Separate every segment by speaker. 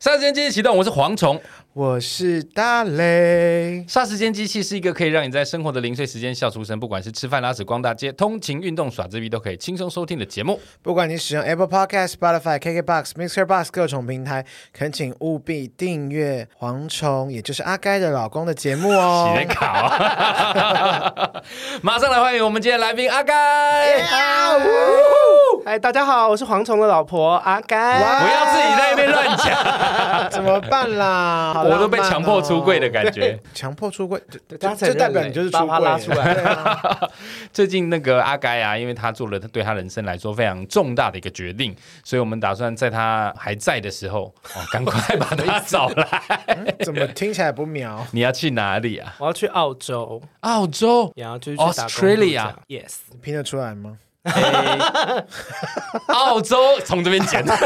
Speaker 1: 霎时间机器启动，我是蝗虫。
Speaker 2: 我是大雷，
Speaker 1: 霎时间机器是一个可以让你在生活的零碎时间笑出声，不管是吃饭、拉屎、逛大街、通勤、运动、耍自闭，都可以轻松收听的节目。
Speaker 2: 不管你使用 Apple Podcast、Spotify、KKBox、Mixer Box 各种平台，恳请务必订阅《蝗虫》，也就是阿该的老公的节目哦
Speaker 1: 洗。人卡、啊， 马上来欢迎我们今天来宾阿该。
Speaker 3: 哎，大家好，我是蝗虫的老婆阿
Speaker 2: 哇
Speaker 3: 甘。
Speaker 1: 不要自己在那边乱讲，
Speaker 2: 怎么办 啦？好浪漫
Speaker 1: 我
Speaker 2: 哦
Speaker 1: 都被强迫出柜的，感觉。
Speaker 2: 强迫出柜，这
Speaker 3: 大家承
Speaker 2: 这
Speaker 3: 认
Speaker 2: 代表你就是出
Speaker 3: 把
Speaker 2: 柜
Speaker 3: 他拉出来
Speaker 2: 对啊
Speaker 1: 最近那个阿该啊，因为他做了对他人生来说非常重大的一个决定，所以我们打算在他还在的时候，哦，赶快把他找来。
Speaker 2: 怎么听起来不妙？
Speaker 1: 你要去哪里啊？
Speaker 3: 我要去澳洲，
Speaker 1: 澳洲。
Speaker 3: 然后就是去打工度假
Speaker 1: Australia
Speaker 3: Yes，
Speaker 2: 你拼得出 来吗？
Speaker 1: 澳洲从这边 剪，
Speaker 2: 好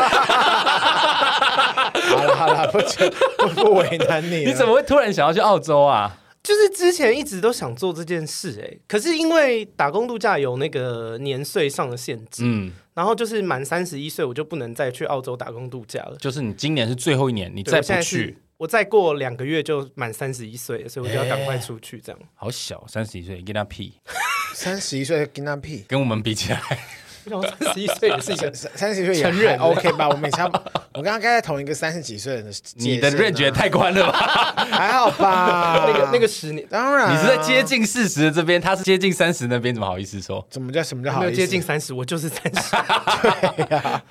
Speaker 2: 了好了，不 不不为难你 了。
Speaker 1: 你怎么会突然想要去澳洲啊？
Speaker 3: 就是之前一直都想做这件事、哎，可是因为打工度假有那个年岁上的限制，
Speaker 1: 嗯，
Speaker 3: 然后就是满三十一岁我就不能再去澳洲打工度假了。
Speaker 1: 就是你今年是最后一年，你
Speaker 3: 对
Speaker 1: 再
Speaker 3: 我现
Speaker 1: 不
Speaker 3: 在是
Speaker 1: 去，
Speaker 3: 我再过两个月就满三十一岁了，所以我就要赶快出去这样。
Speaker 1: 好小，三十一岁，你跟他屁，
Speaker 2: 三十一岁的跟他屁？
Speaker 1: 跟我们比起来，
Speaker 3: 我想三十一岁也是一 个
Speaker 2: 三三十岁也
Speaker 3: 成人
Speaker 2: 还 OK 吧？我们差不，我刚刚在同一个三十几岁人的界限啊，
Speaker 1: 你的 range 也太宽了吧？
Speaker 2: 还好吧？
Speaker 3: 那个那个十年，
Speaker 2: 当然 啊，
Speaker 1: 你是在接近四十这边，他是接近三十那边，怎么好意思 说
Speaker 2: 怎么叫什么叫好
Speaker 3: 没有
Speaker 2: 意思
Speaker 3: 接 近三十，我就是三十。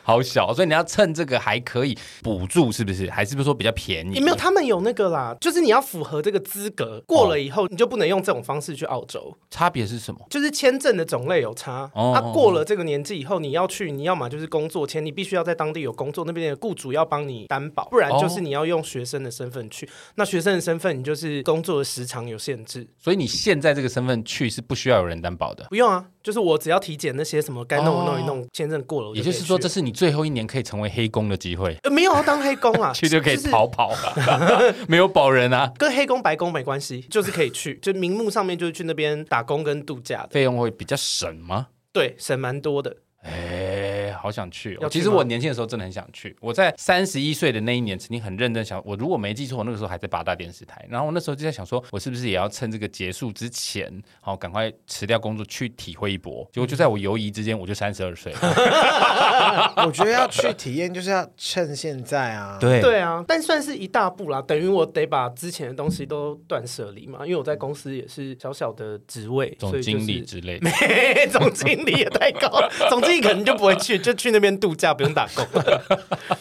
Speaker 1: 好小？所以你要趁这个还可以补助，是不是？还是不是说比较便宜？
Speaker 3: 也没有，他们有那个啦，就是你要符合这个资格，过
Speaker 1: 哦
Speaker 3: 了以后你就不能用这种方式去澳洲，
Speaker 1: 差别是什么？
Speaker 3: 就是签证的种类有差。
Speaker 1: 哦
Speaker 3: 啊，过了这个年纪以后，你要去，你要么就是工作签，你必须要在当地有工作，那边的雇主要帮你担保，不
Speaker 1: 哦
Speaker 3: 然就是你要用学生的身份去。那学生的身份，你就是工作的时长有限制，
Speaker 1: 所以你现在这个身份去是不需要有人担保的，
Speaker 3: 不用啊，就是我只要体检那些什么该弄
Speaker 1: 哦
Speaker 3: 的弄一弄，签证过了我
Speaker 1: 也
Speaker 3: 可
Speaker 1: 就
Speaker 3: 以
Speaker 1: 是说，
Speaker 3: 去
Speaker 1: 这是你最后一年可以成为黑工的机会，，
Speaker 3: 呃没有要当黑工啊
Speaker 1: 去就可以
Speaker 3: 是
Speaker 1: 逃跑了，没有保人啊，
Speaker 3: 跟黑工白工没关系，就是可以去，就名目上面就是去那边打工跟度假的，
Speaker 1: 费用会比较省吗？
Speaker 3: 对，省蛮多的。
Speaker 1: 哎、好想去、哦！
Speaker 3: 要去
Speaker 1: 其
Speaker 3: 吗
Speaker 1: 实我年轻的时候真的很想去。我在三十一岁的那一年，曾经很认真想，我如果没记错，我那个时候还在八大电视台。然后我那时候就在想说，我是不是也要趁这个结束之前，好赶快辞掉工作去体会一波？结果就在我犹疑之间，我就三十二岁了。
Speaker 2: 我觉得要去体验，就是要趁现在啊。，
Speaker 1: 对
Speaker 3: 对啊，但算是一大步啦，等于我得把之前的东西都断舍离嘛，因为我在公司也是小小的职位，所
Speaker 1: 总
Speaker 3: 以
Speaker 1: 经 理之类的。
Speaker 3: 就是总经理也太高了，总经理可能就不会去，就去那边度假，不用打工。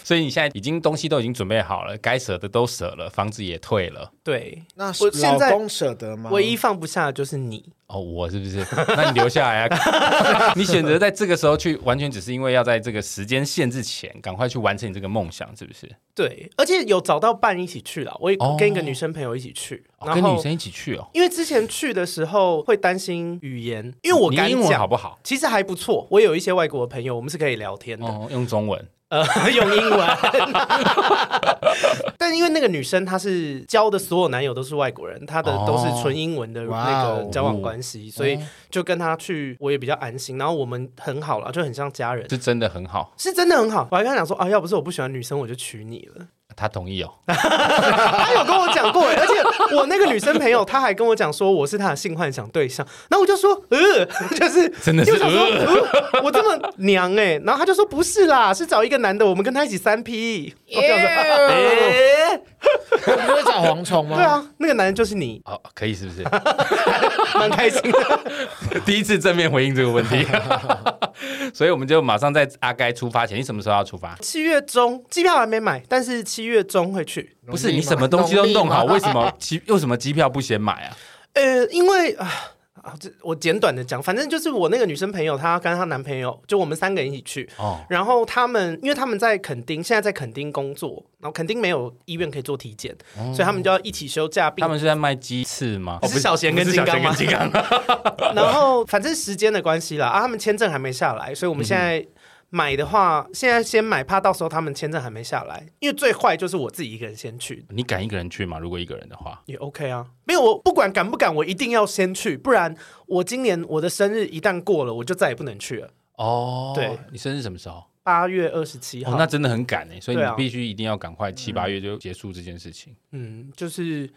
Speaker 1: 所以你现在已经东西都已经准备好了，该舍的都舍了，房子也退了。
Speaker 3: 对，
Speaker 2: 那
Speaker 3: 我现
Speaker 2: 老
Speaker 3: 在
Speaker 2: 公舍得吗？
Speaker 3: 唯一放不下的就是你，
Speaker 1: 哦，我是不是？ 那你留下来啊！ 你选择在这个时候去，完全只是因为要在这个时间限制前，赶快去完成你这个梦想，是不是？
Speaker 3: 对，而且有找到伴一起去了，我也
Speaker 1: 哦
Speaker 3: 跟一个女生朋友一起去，
Speaker 1: 哦
Speaker 3: 然
Speaker 1: 跟
Speaker 3: 后
Speaker 1: 女生一起去哦。
Speaker 3: 因为之前去的时候会担心语言，因为我
Speaker 1: 你
Speaker 3: 敢
Speaker 1: 英文好
Speaker 3: 讲，
Speaker 1: 不好？
Speaker 3: 其实还不错，我有一些外国的朋友，我们是可以聊天的。
Speaker 1: 哦，用中文
Speaker 3: 呃， 用英文。但因为那个女生她是交的所有男友都是外国人，她的都是纯英文的
Speaker 2: 哇
Speaker 3: 那
Speaker 2: 哦
Speaker 3: 个交往关系，所以就跟她去我也比较安心。然后我们很好了，就很像家人，
Speaker 1: 是真的很好，
Speaker 3: 是真的很好。我还跟她讲说啊，要不是我不喜欢女生，我就娶你了。
Speaker 1: 他同意哦。
Speaker 3: 她有跟我讲过，而且我那个女生朋友她还跟我讲说我是她的性幻想对象，然后我就说呃， 就是
Speaker 1: 真的是
Speaker 3: 就想说、 呃、我这么娘哎、然后她就说不是啦，是找一个男的，我们跟他一起三 P。我想说哦
Speaker 1: 哎，
Speaker 2: 不会找蝗虫 吗？
Speaker 3: 对，啊，那个男人就是你，
Speaker 1: 哦，可以是不是？
Speaker 3: 蛮开心的。
Speaker 1: 第一次正面回应这个问题， 所以我们就马上在阿该出发前，你什么时候要出发？
Speaker 3: 七月中机票还没买，但是七月中会去。
Speaker 1: 不是你什么东西都弄好，为什么机为什么机票不先买啊？
Speaker 3: 呃，因为啊。啊，这我简短的讲，反正就是我那个女生朋友，她跟她男朋友，就我们三个人一起去。
Speaker 1: 哦，
Speaker 3: 然后他们，因为他们在垦丁，现在在垦丁工作，然后垦丁没有医院可以做体检，所以他们就要一起休假。并
Speaker 1: 他们是在卖鸡翅吗？哦
Speaker 3: 是小贤跟
Speaker 1: 不是小贤
Speaker 3: 金刚吗
Speaker 1: 跟金刚，
Speaker 3: 然后反正时间的关系啦，啊，他们签证还没下来，所以我们现在买的话，现在先买，怕到时候他们签证还没下来，因为最坏就是我自己一个人先去，
Speaker 1: 你敢一个人去吗？如果一个人的话，
Speaker 3: 也 OK 啊，没有我不管敢不敢，我一定要先去，不然我今年我的生日一旦过了，我就再也不能去了。
Speaker 1: 哦，
Speaker 3: 对，
Speaker 1: 你生日什么时候？
Speaker 3: 八月二十七号、
Speaker 1: 哦，那真的很赶哎，所以你
Speaker 3: 对啊
Speaker 1: 必须一定要赶快七八月就结束这件事情。
Speaker 3: 嗯，就是，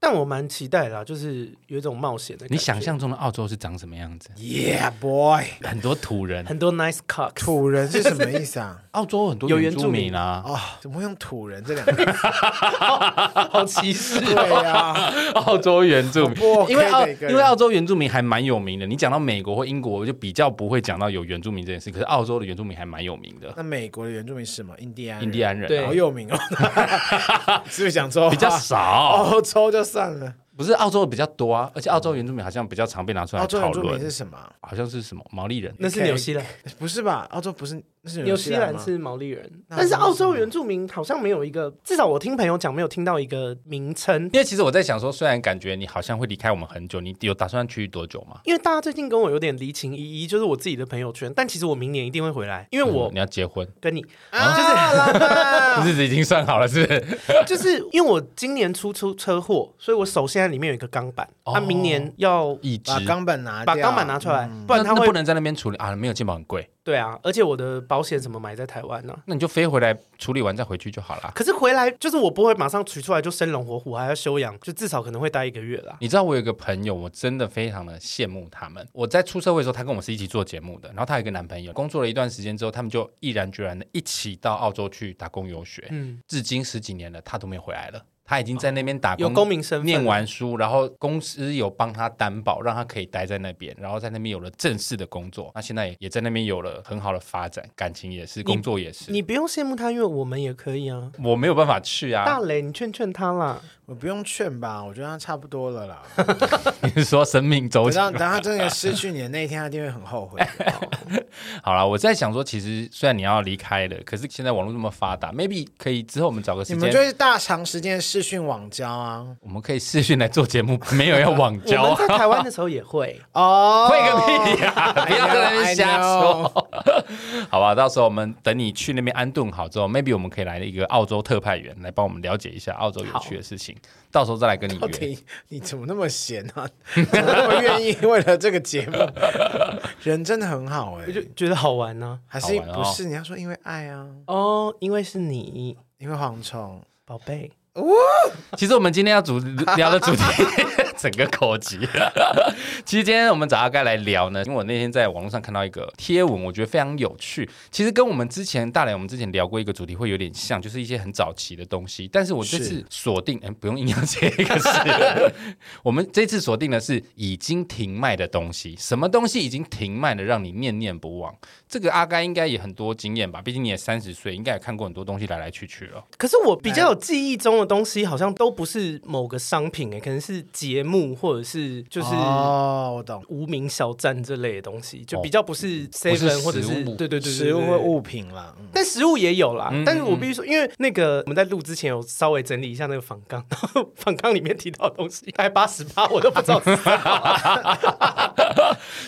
Speaker 3: 但我蛮期待的啦，就是有一种冒险的感觉。
Speaker 1: 你想象中的澳洲是长什么样子？
Speaker 2: Yeah boy，
Speaker 1: 很多土人，
Speaker 3: 很多 nice cock，
Speaker 2: 土人是什么意思啊？
Speaker 1: 澳洲很多
Speaker 3: 有
Speaker 1: 原
Speaker 3: 原住
Speaker 1: 住
Speaker 3: 民
Speaker 1: 民啊，
Speaker 2: 哦，怎么会用土人这 两个字？
Speaker 1: 哦
Speaker 3: 好歧 视。
Speaker 2: 对啊呀，
Speaker 1: 澳洲原住民
Speaker 2: 好
Speaker 3: 哦
Speaker 2: 不 OK
Speaker 1: 因为澳
Speaker 2: 的一个人
Speaker 1: 因为澳洲原住民还蛮有名的。你讲到美国或英国，我就比较不会讲到有原住民这件事。可是澳洲的原住民还蛮有名的，
Speaker 2: 那美国的原住民是什么？印第安人，
Speaker 1: 印第安人、
Speaker 3: 对
Speaker 1: 啊
Speaker 2: 好、有名 哦，是不是想说啊
Speaker 1: 比较
Speaker 3: 哦
Speaker 1: 少，
Speaker 2: 澳洲就算了？
Speaker 1: 不是澳洲比较多啊。而且澳洲原住民好像比较常被拿出来
Speaker 2: 澳洲
Speaker 1: 讨
Speaker 2: 原住民
Speaker 1: 论
Speaker 2: 是，什么？
Speaker 1: 好像是什么毛利人。
Speaker 3: 那是纽西兰，
Speaker 2: 不是吧？澳洲不是那是
Speaker 3: 纽
Speaker 2: 西
Speaker 3: 西兰
Speaker 2: 吗？
Speaker 3: 是毛利人，
Speaker 2: 那
Speaker 3: 但是
Speaker 2: 好像
Speaker 3: 澳
Speaker 2: 是
Speaker 3: 洲原住民好像没有一个，至少我听朋友讲没有听到一个名称。
Speaker 1: 因为其实我在想说，虽然感觉你好像会离开我们很久，你有打算去多久吗？
Speaker 3: 因为大家最近跟我有点离情依依，就是我自己的朋友圈，但其实我明年一定会回来，因为我
Speaker 1: 嗯你要结婚，
Speaker 3: 跟你
Speaker 2: 啊， 老板，
Speaker 1: 日子已经算好了，是不
Speaker 3: 啊
Speaker 1: 是？
Speaker 3: 就是因为我今年出出车祸，所以我手现在里面有一个钢板，
Speaker 1: 哦
Speaker 3: 他、明年要
Speaker 1: 一直
Speaker 2: 把钢板拿
Speaker 3: 把
Speaker 2: 掉
Speaker 3: 钢板拿出来，
Speaker 2: 嗯
Speaker 3: 不然
Speaker 1: 那
Speaker 3: 他
Speaker 1: 那
Speaker 3: 会
Speaker 1: 不能在那边处理啊，没有健保很贵，
Speaker 3: 对啊，而且我的保险什么买在台湾呢、
Speaker 1: 那你就飞回来处理完再回去就好了。
Speaker 3: 可是回来就是我不会马上取出来就生龙活虎，还要休养，就至少可能会待一个月啦。
Speaker 1: 你知道我有一个朋友，我真的非常的羡慕他们。我在出社会的时候，他跟我是一起做节目的，然后他有一个男朋友，工作了一段时间之后，他们就毅然决然的一起到澳洲去打工游学，
Speaker 3: 嗯，哦
Speaker 1: 至今十几年了，他都没有回来了。他已经在那边打
Speaker 3: 有
Speaker 1: 工，
Speaker 3: 公民身份，
Speaker 1: 念完书，然后公司有帮他担保，让他可以待在那边，然后在那边有了正式的工作，那现在也也在那边有了很好的发展，感情也是，工作也是。
Speaker 3: 你不用羡慕他，因为我们也可以啊。
Speaker 1: 我没有办法去啊
Speaker 3: 大！雷，你劝劝他啦。
Speaker 2: 我不用劝吧，我觉得他差不多了 啦。
Speaker 1: 你是说生命周
Speaker 2: 等
Speaker 1: 期？
Speaker 2: 到等他真的失去你的那一天，他一定会很后
Speaker 1: 哎
Speaker 2: 悔。
Speaker 1: 好了，我在想说，其实虽然你要离开了，可是现在网络这么发达，maybe 可以之后我们找个
Speaker 2: 你
Speaker 1: 时
Speaker 2: 们
Speaker 1: 间
Speaker 2: 就，是大长时间视讯网交啊？
Speaker 1: 我们可以视讯来做节目，没有要网
Speaker 3: 我
Speaker 1: 交
Speaker 3: 们
Speaker 1: 啊，
Speaker 3: 在台湾的时候也 会。啊
Speaker 2: 哦，
Speaker 1: 会个屁呀、 不要在那 边
Speaker 2: I know, I know
Speaker 1: 瞎说，好吧？到时候我们等你去那边安顿好之后，maybe 我们可以来一个澳洲特派员来帮我们了解一下澳洲有趣的事情，到时候再来跟你
Speaker 2: 到
Speaker 1: 约。
Speaker 2: 底你怎么那么闲啊？ 怎么那么愿意为了这个节目？ 人真的很好哎、
Speaker 3: 我就觉得好玩呢、
Speaker 2: 还是
Speaker 1: 好玩哦
Speaker 2: 不是？你要说因为爱啊，
Speaker 3: 哦，因为是你，
Speaker 2: 因为蝗虫。
Speaker 3: 宝贝，
Speaker 1: 其实我们今天要主聊的主题， 整个口急。 其实今天我们找阿该来聊呢，因为我那天在网络上看到一个贴文，我觉得非常有趣。其实跟我们之前大磊我们之前聊过一个主题会有点像，就是一些很早期的东西。但是我这次
Speaker 2: 是
Speaker 1: 锁定，嗯、 不用硬要接一个是， 我们这次锁定的是已经停卖的东西。什么东西已经停卖的，让你念念不忘？这个阿该应该也很多经验吧，毕竟你也三十岁，应该也看过很多东西来来去去了。
Speaker 3: 可是我比较有记忆中的东西，好像都不是某个商品诶、欸可能是节目或者是就是
Speaker 2: 哦，我懂，
Speaker 3: 无名小站这类的东西，就
Speaker 1: 哦
Speaker 3: 比较不是
Speaker 1: 食
Speaker 3: seven
Speaker 1: 物
Speaker 3: 或者是对对对对
Speaker 2: 食物
Speaker 3: 对
Speaker 2: 或物品啦。嗯
Speaker 3: 但食物也有啦，
Speaker 1: 嗯
Speaker 3: 但是我必须说，因为那个我们在录之前有稍微整理一下那个访纲，然后访纲里面提到的东西，大概八十八我都不知道是什么。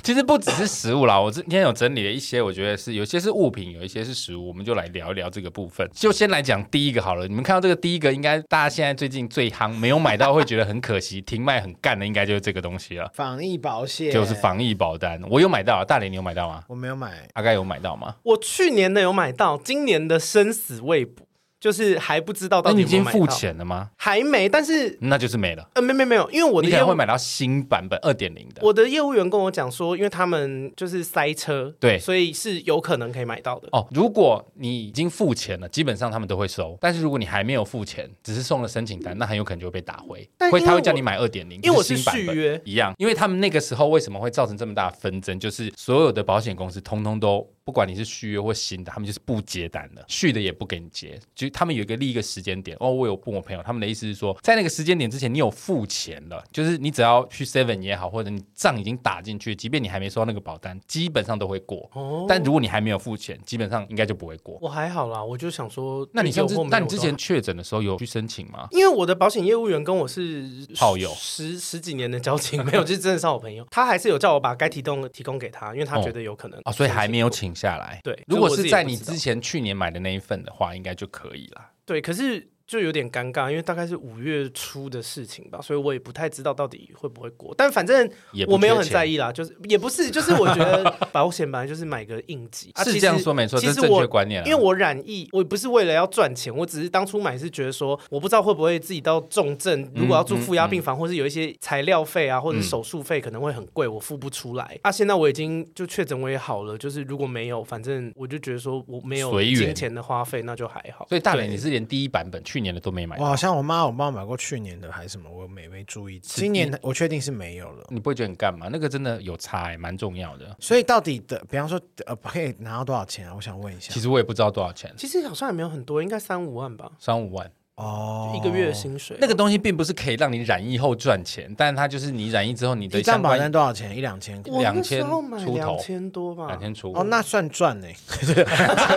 Speaker 1: 其实不只是食物啦，我今天有整理了一些，我觉得是有些是物品，有一些是食物，我们就来聊一聊这个部分。就先来讲第一个好了，你们看到这个第一个，应该大家现在最近最夯，没有买到会觉得很可惜，停卖很干的，应该就是这个东西了，
Speaker 2: 防疫保险
Speaker 1: 就是，防疫保单。我有买到啊，大连你有买到吗？
Speaker 2: 我没有买。
Speaker 1: 阿盖有买到吗？
Speaker 3: 我去年的有买到，今年的生死未卜，就是还不知道
Speaker 1: 那
Speaker 3: 到
Speaker 1: 你
Speaker 3: 底
Speaker 1: 已
Speaker 3: 有没有
Speaker 1: 经
Speaker 3: 买
Speaker 1: 付
Speaker 3: 到，
Speaker 1: 钱了吗？
Speaker 3: 还没，但是
Speaker 1: 那就是没了。
Speaker 3: 呃，没没没有，因为我的
Speaker 1: 你可
Speaker 3: 业
Speaker 1: 能
Speaker 3: 务
Speaker 1: 会买到新版本二点零的。
Speaker 3: 我的业务员跟我讲说，因为他们就是塞车，
Speaker 1: 对
Speaker 3: 所以是有可能可以买到的。
Speaker 1: 哦，如果你已经付钱了，基本上他们都会收。但是如果你还没有付钱，只是送了申请单，那很有可能就会被打回，
Speaker 3: 嗯但
Speaker 1: 会
Speaker 3: 因为
Speaker 1: 他会
Speaker 3: 我
Speaker 1: 叫你买二点零，
Speaker 3: 因为我
Speaker 1: 就是是新版
Speaker 3: 续
Speaker 1: 本
Speaker 3: 约
Speaker 1: 一样。因为他们那个时候为什么会造成这么大的纷争，就是所有的保险公司通通都。不管你是续约或新的，他们就是不接单的，续的也不给你接。就他们有一个立一个时间点。哦，我有问我朋友，他们的意思是说，在那个时间点之前，你有付钱了，就是你只要去 Seven 也好，或者你账已经打进去，即便你还没收到那个保单，基本上都会过。
Speaker 3: 哦
Speaker 1: 但如果你还没有付钱，基本上应该就不会过。
Speaker 3: 我还好啦，我就想说，
Speaker 1: 那你
Speaker 3: 有
Speaker 1: 上次
Speaker 3: 或没，
Speaker 1: 那你
Speaker 3: 有
Speaker 1: 之
Speaker 3: 都
Speaker 1: 前确诊的时候有去申请吗？
Speaker 3: 因为我的保险业务员跟我是
Speaker 1: 炮友
Speaker 3: 十十几年的交情， 没有，就是真的是好朋友。他还是有叫我把该提供的提供给他，因为他觉得有可能
Speaker 1: 哦，所以还没有请下来。
Speaker 3: 对
Speaker 1: 如果
Speaker 3: 这我自
Speaker 1: 是
Speaker 3: 己
Speaker 1: 在
Speaker 3: 也不
Speaker 1: 你
Speaker 3: 知道
Speaker 1: 之前去年买的那一份的话，应该就可以啦。
Speaker 3: 对。可是就有点尴尬，因为大概是五月初的事情吧，所以我也不太知道到底会不会过。但反正
Speaker 1: 也不
Speaker 3: 我没有
Speaker 1: 缺
Speaker 3: 很
Speaker 1: 钱
Speaker 3: 在意啦，就是也不是，就是我 觉得保险本来就是买个应急，啊、
Speaker 1: 是
Speaker 3: 其
Speaker 1: 这样
Speaker 3: 实
Speaker 1: 说没错，
Speaker 3: 其
Speaker 1: 这
Speaker 3: 实
Speaker 1: 是正
Speaker 3: 我
Speaker 1: 确观念啊。
Speaker 3: 因为我染疫，我不是为了要赚钱，我只是当初买是觉得说，我不知道会不会自己到重症，如果要
Speaker 1: 嗯
Speaker 3: 住负压病房，或是有一些材料费啊，或者手术费可能会很贵，我付不出来。啊，现在我已经就确诊，我也好了，就是如果没有，反正我就觉得说我没有
Speaker 1: 随缘
Speaker 3: 金钱的花费，那就还好。
Speaker 1: 所以大磊
Speaker 3: 对
Speaker 1: 你是连第一版本去年的都没买
Speaker 2: 我
Speaker 1: 到，
Speaker 2: 好像我妈，我帮我买过去年的还是什么，我没没注意。今年我确定是没有了。
Speaker 1: 你不会觉得很干嘛？那个真的有差、欸，蛮重要
Speaker 3: 啊
Speaker 1: 的。
Speaker 2: 所以到底的，比方说呃，可以拿到多少钱啊？我想问一下
Speaker 1: 其。实我也不知道多少钱，
Speaker 3: 其实好像也没有很多，应该三五万吧，
Speaker 1: 三五万。
Speaker 3: 啊
Speaker 2: 哦
Speaker 3: 就一个月的薪水。
Speaker 1: 哦那个东西并不是可以让你染疫后赚钱，但它就是你染疫之后你的
Speaker 2: 一张
Speaker 1: 相
Speaker 2: 保
Speaker 1: 关
Speaker 2: 单多少钱？一两千块。
Speaker 3: 我那时候
Speaker 1: 2000
Speaker 3: 买
Speaker 1: 出头
Speaker 3: 两千多吧
Speaker 1: 两，天出
Speaker 2: 哦，那算 赚呢、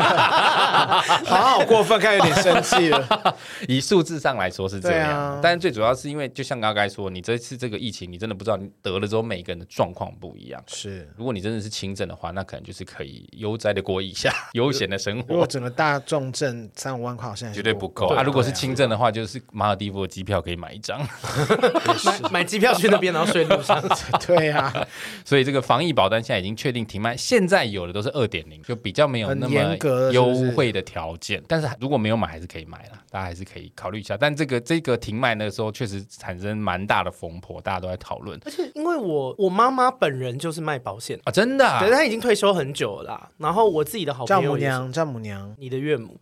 Speaker 2: 好好过分，看有点生气了。
Speaker 1: 以数字上来说是这样，
Speaker 2: 对啊
Speaker 1: 但是最主要是因为，就像刚刚说，你这次这个疫情，你真的不知道你得了之后每个人的状况不一样。
Speaker 2: 是，
Speaker 1: 如果你真的是轻症的话，那可能就是可以悠哉的过一下 悠闲的生
Speaker 2: 如果
Speaker 1: 活，
Speaker 2: 整个大重症三五万块，好像
Speaker 1: 绝对不够啊！如果是轻症的话，就是马尔蒂夫的机票可以买一张。
Speaker 3: 买买机票去那边，然后睡路上。
Speaker 2: 对啊，
Speaker 1: 所以这个防疫保单现在已经确定停卖，现在有的都是二点零，就比较没有那么
Speaker 2: 很严格是
Speaker 1: 优
Speaker 2: 不是
Speaker 1: 惠的条件。但是如果没有买，还是可以买啦，大家还是可以考虑一下。但这个这个停卖那个时候确实产生蛮大的风波，大家都在讨论
Speaker 3: 而且因为我我妈妈本人就是卖保险的
Speaker 1: 啊，真的、啊
Speaker 3: 可是。他已经退休很久了啦。然后我自己的好
Speaker 2: 丈
Speaker 3: 朋
Speaker 2: 母
Speaker 3: 友也是
Speaker 2: 娘，丈母娘，
Speaker 3: 你的岳母，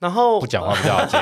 Speaker 3: 然后
Speaker 1: 哦不讲话比较好接。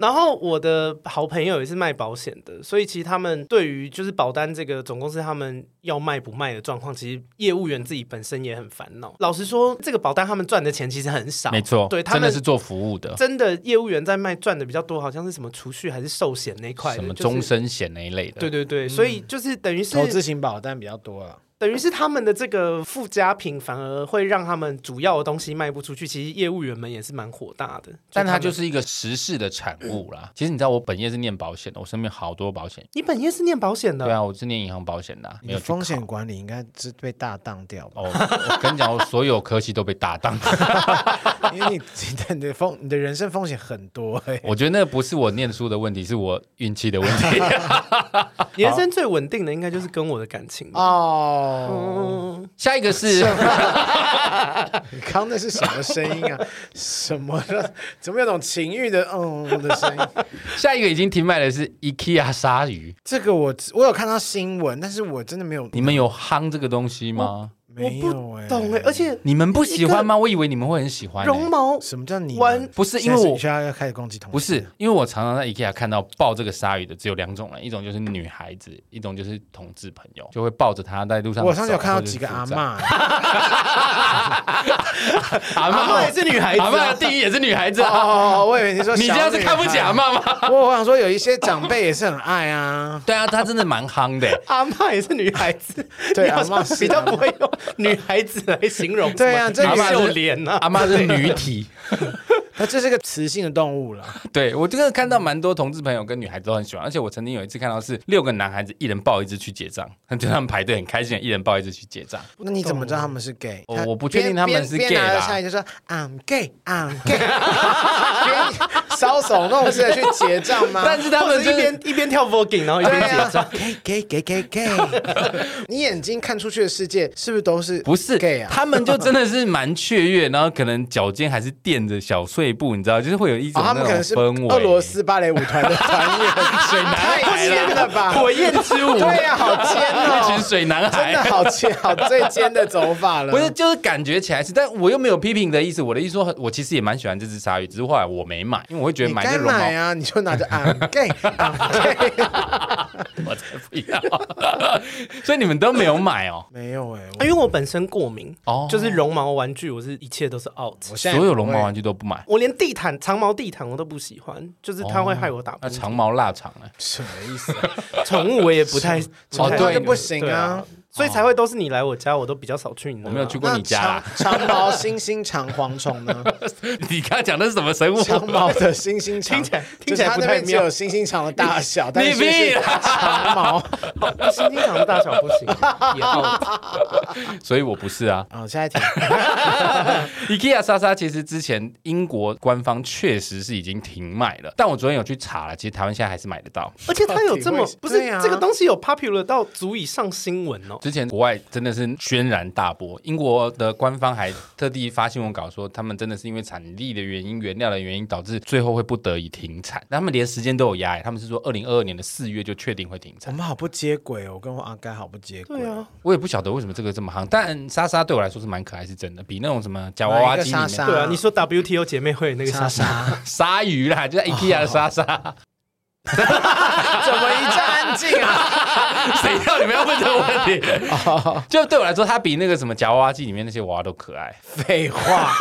Speaker 3: 然后我的好朋友也是卖保险的，所以其实他们对于就是保单这个总公司他们要卖不卖的状况，其实业务员自己本身也很烦恼。老实说，这个保单他们赚的钱其实很少，
Speaker 1: 没错，
Speaker 3: 对他
Speaker 1: 真的
Speaker 3: 们
Speaker 1: 是做服务的，
Speaker 3: 真的业务员在卖赚的比较多，好像是什么储蓄还是寿险那一块的，
Speaker 1: 什么
Speaker 3: 就是
Speaker 1: 终身险那一类的。嗯
Speaker 3: 对对对，所以就是等于是
Speaker 2: 投资型保单比较多啊了。
Speaker 3: 等于是他们的这个附加品，反而会让他们主要的东西卖不出去。其实业务员们也是蛮火大的，
Speaker 1: 但它
Speaker 3: 他
Speaker 1: 就是嗯是一个时事的产物啦。其实你知道，我本业是念保险的，我身边好多保险。
Speaker 3: 你本业是念保险的，
Speaker 1: 对啊，我是念银行保险的啊，没
Speaker 2: 你
Speaker 1: 有去
Speaker 2: 风险
Speaker 1: 考
Speaker 2: 管理应该是被大当掉吧？
Speaker 1: 哦。我跟你讲，我所有科系都被打档。
Speaker 2: 因为你你的你的风你的人生风险很多、欸，
Speaker 1: 我觉得那不是我念书的问题，是我运气的问 题。
Speaker 3: 你人生最稳定的应该就是跟我的感情
Speaker 1: 啊
Speaker 3: 吧。
Speaker 2: 哦，
Speaker 3: 嗯，
Speaker 1: 下一个是
Speaker 2: 你刚那是什么声音 啊？什么的？怎么有种情欲的嗯的 声音？
Speaker 1: 下一个已经停卖的是 IKEA 鲨鱼，
Speaker 2: 这个我我有看到新闻，但是我真的没有，
Speaker 1: 你们有夯这个东西吗？
Speaker 3: 我
Speaker 2: 没
Speaker 3: 不
Speaker 2: 有哎、
Speaker 3: 懂哎、而且
Speaker 1: 你们不喜欢吗？我以为你们会很喜欢欸、
Speaker 3: 绒毛
Speaker 2: 什么叫你们
Speaker 3: 弯
Speaker 1: 不是
Speaker 2: 现
Speaker 1: 因
Speaker 2: 在
Speaker 1: 为我
Speaker 2: 你现在要开始攻击同
Speaker 1: 不
Speaker 2: 事
Speaker 1: 是，因为我常常在 IKEA 看到抱这个鲨鱼的只有两种人，一种就是女孩子，一种就是同志朋友，就会抱着它在路上走。
Speaker 2: 我上次有看到
Speaker 1: 或者是
Speaker 2: 几个阿
Speaker 1: 负债
Speaker 2: 嬷，
Speaker 1: 阿
Speaker 3: 阿嬷
Speaker 1: 妈
Speaker 3: 也是女孩子啊
Speaker 1: 阿嬷的定义也是女孩子啊。
Speaker 2: 哦，我以为你说
Speaker 1: 你这样是
Speaker 2: 小女
Speaker 1: 看不起阿
Speaker 2: 孩
Speaker 1: 嬷吗？
Speaker 2: 我我想说有一些长辈也是很爱 啊，
Speaker 1: 对啊，她真的蛮夯的 欸。
Speaker 3: 阿嬷也是女孩 子，
Speaker 2: 对
Speaker 3: 你好
Speaker 2: 阿
Speaker 3: 像
Speaker 2: 嬷是啊
Speaker 1: 啊
Speaker 3: 比较不会用女孩子来形容什么，
Speaker 2: 对啊这
Speaker 1: 个是
Speaker 3: 秀莲呐、
Speaker 1: 阿
Speaker 3: 啊，
Speaker 1: 妈是女体，
Speaker 2: 那这是个雌性的动物啦。
Speaker 1: 对我真的看到蛮多同志朋友跟女孩子都很喜欢，而且我曾经有一次看到是六个男孩子一人抱一只去结账，就他们排队很开心，一人抱一只去结账。
Speaker 2: 那你怎么知道他们是 gay？
Speaker 1: 哦
Speaker 2: 他
Speaker 1: 我不确定他
Speaker 2: 边
Speaker 1: 们是 gay
Speaker 2: 边拿着
Speaker 1: 啦
Speaker 2: 下来就说 I'm gay，I'm gay，边搔首弄姿的去结账吗？
Speaker 1: 但是他
Speaker 3: 或者
Speaker 1: 们就
Speaker 3: 一
Speaker 1: 是
Speaker 3: 边一边跳 voguing，然后一
Speaker 2: 对
Speaker 3: 边结账。
Speaker 2: 啊，gay gay gay gay gay，你 眼睛看出去的世界是不是都是
Speaker 1: 不是
Speaker 2: gay 啊？
Speaker 1: 他们就真的是蛮雀跃，然后可能脚尖还是垫着小碎步，你知道，就是会有一种
Speaker 2: 哦，他们可
Speaker 1: 那
Speaker 2: 能是
Speaker 1: 种氛围。
Speaker 2: 俄罗斯芭蕾舞团 的团员，水
Speaker 1: 男 孩啦
Speaker 2: 太尖了吧？
Speaker 1: 火焰之舞，
Speaker 2: 对呀、好尖
Speaker 1: 一群
Speaker 2: 哦，
Speaker 1: 水男
Speaker 2: 真的
Speaker 1: 孩。
Speaker 2: 好尖，好最尖的走法了。
Speaker 1: 不是，就是感觉起来是，但我又没有批评你的意思。我的意思说，我其实也蛮喜欢这只鲨鱼，只是后来我没买，因为我会觉得
Speaker 2: 你
Speaker 1: 买这
Speaker 2: 该
Speaker 1: 绒毛
Speaker 2: 买啊，你就拿着 I'm gay I'm gay，
Speaker 1: 我才不要。所以你们都没有买哦，
Speaker 2: 没有哎、
Speaker 3: 啊因为我本身过敏，
Speaker 1: 哦
Speaker 3: 就是绒毛玩具，我是一切都是 out。
Speaker 2: 我现在
Speaker 1: 所有绒毛玩
Speaker 2: 具
Speaker 1: 具都不买。
Speaker 3: 我连地毯、长毛地毯我都不喜欢，就是它会害我打
Speaker 1: 哦那
Speaker 3: 喷
Speaker 1: 长
Speaker 3: 嚏。
Speaker 1: 毛腊肠呢？
Speaker 2: 什么意思、啊？
Speaker 3: 宠物我也不太，不太
Speaker 1: 哦对
Speaker 2: 就不行
Speaker 3: 对
Speaker 2: 啊
Speaker 3: 啊。，所以才会都是你来我家，我都比较少去你那。
Speaker 1: 我没有去
Speaker 2: 如
Speaker 1: 过你家啦。
Speaker 2: 长长毛猩猩长蝗虫呢？
Speaker 1: 你刚刚讲的是什么生物？
Speaker 2: 长毛的猩猩长，
Speaker 3: 听起来
Speaker 2: 就是
Speaker 3: 听起来
Speaker 2: 它
Speaker 3: 不
Speaker 2: 那
Speaker 3: 太
Speaker 2: 边只
Speaker 3: 妙
Speaker 2: 有猩猩长的大小，但是
Speaker 1: 你屁
Speaker 2: 是长毛。
Speaker 3: 过，心经常的大小不行，也 out
Speaker 2: 哦
Speaker 1: 所以我不是啊。
Speaker 2: 好，下一题。
Speaker 1: IKEA 莎莎其实之前英国官方确实是已经停卖了，但我昨天有去查了，其实台湾现在还是买得到。
Speaker 3: 而且它有这么
Speaker 2: 到底为
Speaker 3: 不是
Speaker 2: 对啊
Speaker 3: 这个东西有 popular 到足以上新闻哦。
Speaker 1: 之前国外真的是轩然大波，英国的官方还特地发新闻稿说，他们真的是因为产地的原因、原料的原因，导致最后会不得已停产。他们连时间都有压、欸，他们是说二零二二年的四月就确定会停
Speaker 2: 我
Speaker 1: 产。
Speaker 2: 们好不接轨哦，我跟我阿该好不接轨。
Speaker 3: 对啊，
Speaker 1: 我也不晓得为什么这个这么夯，但莎莎对我来说是蛮可爱，是真的，比那种什么夹娃娃机里
Speaker 2: 哪
Speaker 1: 面
Speaker 2: 一个莎莎
Speaker 3: 对啊，你说 WTO 姐妹会那个
Speaker 2: 莎
Speaker 3: 莎莎，
Speaker 2: 莎，
Speaker 1: 鲨鱼啦，就是 IKEA 的莎莎。
Speaker 2: 怎么一阵安静啊？
Speaker 1: 谁叫你们要问这个问题？就对我来说，它比那个什么夹娃娃机里面那些娃娃都可爱。
Speaker 2: 废话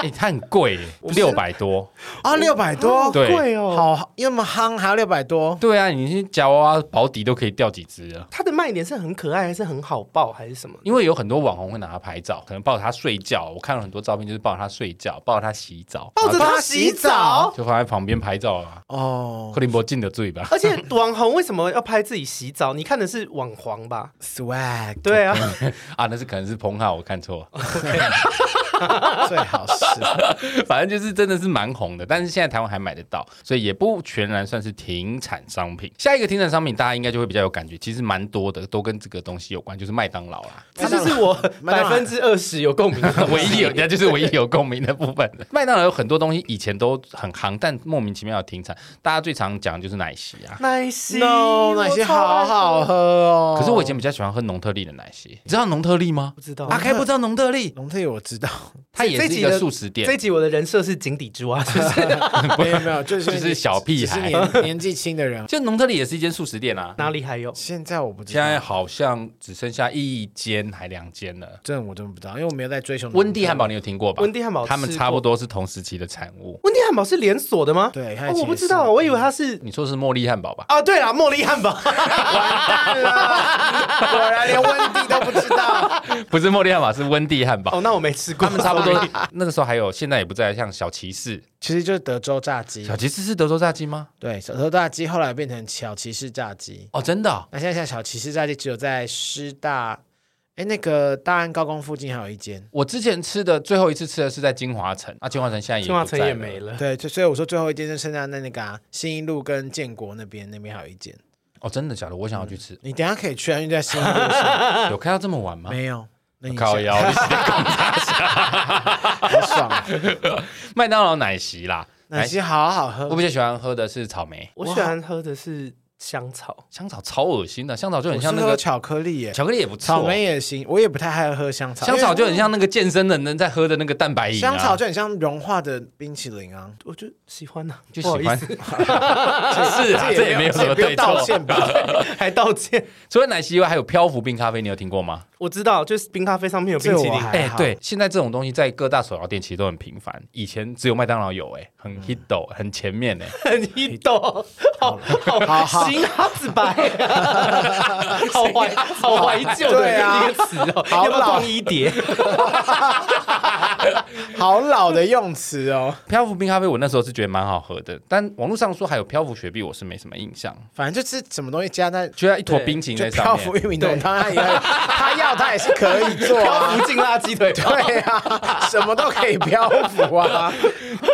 Speaker 1: 哎、它很贵耶，六百多。
Speaker 2: 啊，六百多，
Speaker 1: 对
Speaker 3: 贵哦。
Speaker 2: 好，要么夯还要六百多，
Speaker 1: 对啊，你去夹娃娃保底都可以掉几只了。
Speaker 3: 它的卖点是很可爱，还是很好抱，还是什么？
Speaker 1: 因为有很多网红会拿它拍照，可能抱着它睡觉。我看了很多照片，就是抱着它睡觉，抱着它洗澡，
Speaker 3: 抱着
Speaker 2: 它
Speaker 3: 它洗澡。
Speaker 1: 就放在旁边拍照啊。
Speaker 2: 哦
Speaker 1: 克林伯进的罪吧。
Speaker 3: 而且网红为什么要拍自己洗澡？你看的是网黄 吧？
Speaker 2: ，swag，
Speaker 3: 对啊，
Speaker 1: 啊，那是可能是彭浩，我看错。
Speaker 2: 最好是。
Speaker 1: 反正就是真的是蛮红的，但是现在台湾还买得到，所以也不全然算是停产商品。下一个停产商品，大家应该就会比较有感觉，其实蛮多的，都跟这个东西有关，就是麦当劳啊啦。
Speaker 3: 这就是我
Speaker 2: 麦当
Speaker 3: 百
Speaker 2: 劳
Speaker 3: 分之二十有 共鸣的
Speaker 1: 唯一有，那就是唯一有共鸣的部 分。麦当劳有很多东西以前都很夯，但莫名其妙要停产。大家最常讲的就是奶昔啊，
Speaker 3: 奶昔
Speaker 2: No，奶昔好好，喝哦。
Speaker 1: 可是我以前比较喜欢喝农特利的奶昔，你知道农特利吗
Speaker 3: 不？知道
Speaker 1: 阿开不知道农特利，
Speaker 2: 龙特我知道，
Speaker 1: 它也是一
Speaker 3: 哦这
Speaker 1: 个
Speaker 3: 集的
Speaker 1: 素食店
Speaker 3: 这一，集我的人设是井底之蛙， 就是
Speaker 2: 没有没有，就是
Speaker 1: 就是小屁孩
Speaker 2: 只是年年纪轻的人。
Speaker 1: 就农特利也是一间素食店啊。
Speaker 3: 哪里还有？
Speaker 2: 现在我不知
Speaker 1: 现
Speaker 2: 道，
Speaker 1: 在好像只剩下一间还两间了。
Speaker 2: 真的我真的不知道，因为我没有在追求
Speaker 1: 温蒂汉堡你有听过吧？
Speaker 3: 嗯温蒂汉堡
Speaker 1: 他们
Speaker 3: 吃
Speaker 1: 差不
Speaker 3: 过
Speaker 1: 多是同时期的产物。
Speaker 3: 温蒂汉堡是连锁的吗？
Speaker 2: 对它
Speaker 3: 哦
Speaker 2: 以前
Speaker 3: 我不
Speaker 2: 也是
Speaker 3: 知道，我以为它是
Speaker 1: 你说是茉莉汉堡吧？
Speaker 3: 啊，对啦，茉莉汉 堡，
Speaker 2: 蛋了， 果然连温蒂都不知道。
Speaker 1: 不是茉莉汉堡，是温蒂汉堡。
Speaker 3: 哦，那我没吃过，
Speaker 1: 他们差不 多那个时候还有，现在也不在，像小骑士。
Speaker 2: 其实就是德州炸鸡
Speaker 3: 嗯
Speaker 1: 小，骑士是德州炸鸡吗？
Speaker 2: 对，德州炸鸡后来变成小骑士炸鸡。
Speaker 1: 哦，真的哦、
Speaker 2: 那现在像小骑士炸鸡只有在师大，哎，那个大安高工附近还有一间。
Speaker 1: 我之前吃的最后一次吃的是在金华城，那、金华城现在也
Speaker 3: 清华城
Speaker 1: 不在
Speaker 3: 也没了。
Speaker 2: 对，就所以我说最后一间就剩下那那个、啊、新一路跟建国那边，那边还有一间。
Speaker 1: 哦，真的假的？我想要去吃，
Speaker 2: 你等一下可以去啊，因为在新一路 上
Speaker 1: 有开到这么晚吗？
Speaker 2: 嗯啊没有。那你
Speaker 1: 靠
Speaker 2: 想
Speaker 1: 腰，你是在干嘛
Speaker 2: 好爽啊！
Speaker 1: 麦当劳奶昔啦，
Speaker 2: 奶昔好好喝
Speaker 1: 我，比较喜欢喝的是草莓
Speaker 3: 我喜欢喝的是香草，
Speaker 1: 香草，超恶心的，香草就很
Speaker 2: 我
Speaker 1: 像
Speaker 2: 是
Speaker 1: 那
Speaker 2: 喝
Speaker 1: 个
Speaker 2: 巧克力耶，
Speaker 1: 巧克力也不错，
Speaker 2: 草莓也行，我也不太爱喝香草，
Speaker 1: 香
Speaker 2: 因
Speaker 1: 草
Speaker 2: 为
Speaker 1: 就很像那个健身的人在喝的那个蛋白饮、啊，
Speaker 2: 香草就很像融化的冰淇淋啊，
Speaker 3: 我就喜欢呐，
Speaker 1: 就
Speaker 3: 不好
Speaker 1: 喜
Speaker 3: 意
Speaker 1: 欢，
Speaker 3: 思
Speaker 1: 是啊，这也没有什么
Speaker 2: 这
Speaker 1: 对
Speaker 2: 也不用道
Speaker 1: 错。
Speaker 2: 歉吧？
Speaker 3: 还道歉。
Speaker 1: 除了奶昔以外，还有漂浮冰咖啡，你有听过吗？
Speaker 3: 我知道，就是冰咖啡上面有冰淇
Speaker 2: 这我
Speaker 3: 淋，
Speaker 2: 还
Speaker 1: 哎、
Speaker 2: 好
Speaker 1: 对，现在这种东西在各大手摇店其实都很频繁，以前只有麦当劳有、哎，
Speaker 2: 嗯
Speaker 1: 很 hit 哦很前面哎、
Speaker 3: 很一抖，好
Speaker 2: 好
Speaker 3: 好
Speaker 2: 好
Speaker 3: 新哈 子白，好怀好怀旧的
Speaker 2: 对啊
Speaker 3: 一个词哦，
Speaker 2: 好
Speaker 3: 要不要
Speaker 2: 老
Speaker 3: 逛一叠？
Speaker 2: 好老的用词哦。
Speaker 1: 漂浮冰咖啡我那时候是觉得蛮好喝的，但网络上说还有漂浮雪碧，我是没什么印象，
Speaker 2: 反正就是什么东西加在
Speaker 1: 就像一坨冰淇淋
Speaker 2: 就
Speaker 1: 在上
Speaker 2: 漂
Speaker 1: 面
Speaker 2: 浮。玉米浓汤，他也他要他也是可以 做
Speaker 3: 漂
Speaker 2: 啊
Speaker 3: 浮。进辣鸡腿，
Speaker 2: 对啊，什么都可以漂浮啊，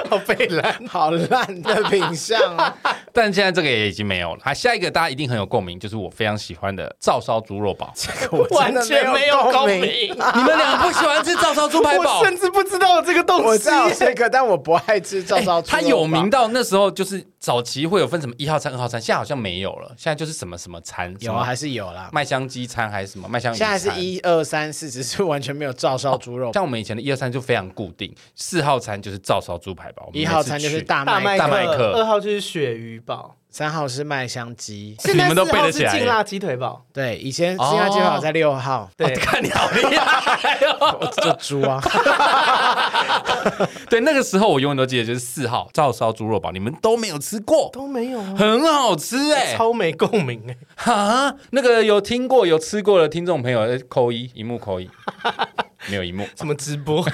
Speaker 3: 好被烂。
Speaker 2: 好烂的品相 啊！
Speaker 1: 但现在这个也已经没有了。啊，下一个大家一定很有共鸣，就是我非常喜欢的照烧猪 肉堡。
Speaker 2: 这个我
Speaker 3: 完
Speaker 2: 真的
Speaker 3: 全没
Speaker 2: 没
Speaker 3: 有
Speaker 2: 共
Speaker 3: 共
Speaker 2: 鸣。
Speaker 3: 鸣，
Speaker 1: 你们两个不喜欢吃照烧猪排堡
Speaker 3: 我？甚至不知道有这个东
Speaker 2: 我
Speaker 3: 西
Speaker 2: 知。道这个，但我不爱吃照烧猪肉堡。
Speaker 1: 哎它有名到那时候就是早期会有分什么一号餐、二号餐，现在好像没有了，现在就是什么什么餐，
Speaker 2: 有
Speaker 1: 什么
Speaker 2: 啊，还是有啦。
Speaker 1: 麦香鸡餐还是什么麦香鱼
Speaker 2: 现在
Speaker 1: 餐。
Speaker 2: 是一二三四，只是完全没有照烧猪肉堡。
Speaker 1: 像我们以前的一二三就非常固定，四号餐就是照烧猪排堡，我们
Speaker 2: 一号餐就是
Speaker 1: 每次去哦
Speaker 2: 大麦
Speaker 3: 大麦
Speaker 1: 大
Speaker 2: 克，
Speaker 1: 麦克
Speaker 3: 二号就是鳕鱼堡，
Speaker 2: 三号是麦香鸡。
Speaker 1: 你们都背得起来
Speaker 3: 现在四号是劲辣鸡腿堡，
Speaker 2: 对，以前
Speaker 1: 哦
Speaker 2: 新亚街坊在六号，
Speaker 3: 对
Speaker 1: 哦，看你好厉害哦！
Speaker 2: 就猪啊，
Speaker 1: 对，那个时候我永远都记得就是四号照烧猪肉堡，你们都没有吃过，
Speaker 3: 都没有啊，
Speaker 1: 很好吃哎、
Speaker 3: 超没共鸣哎。
Speaker 1: 哈，那个有听过有吃过的听众朋友呃扣一，荧幕扣一。没有一幕，
Speaker 3: 什么直播，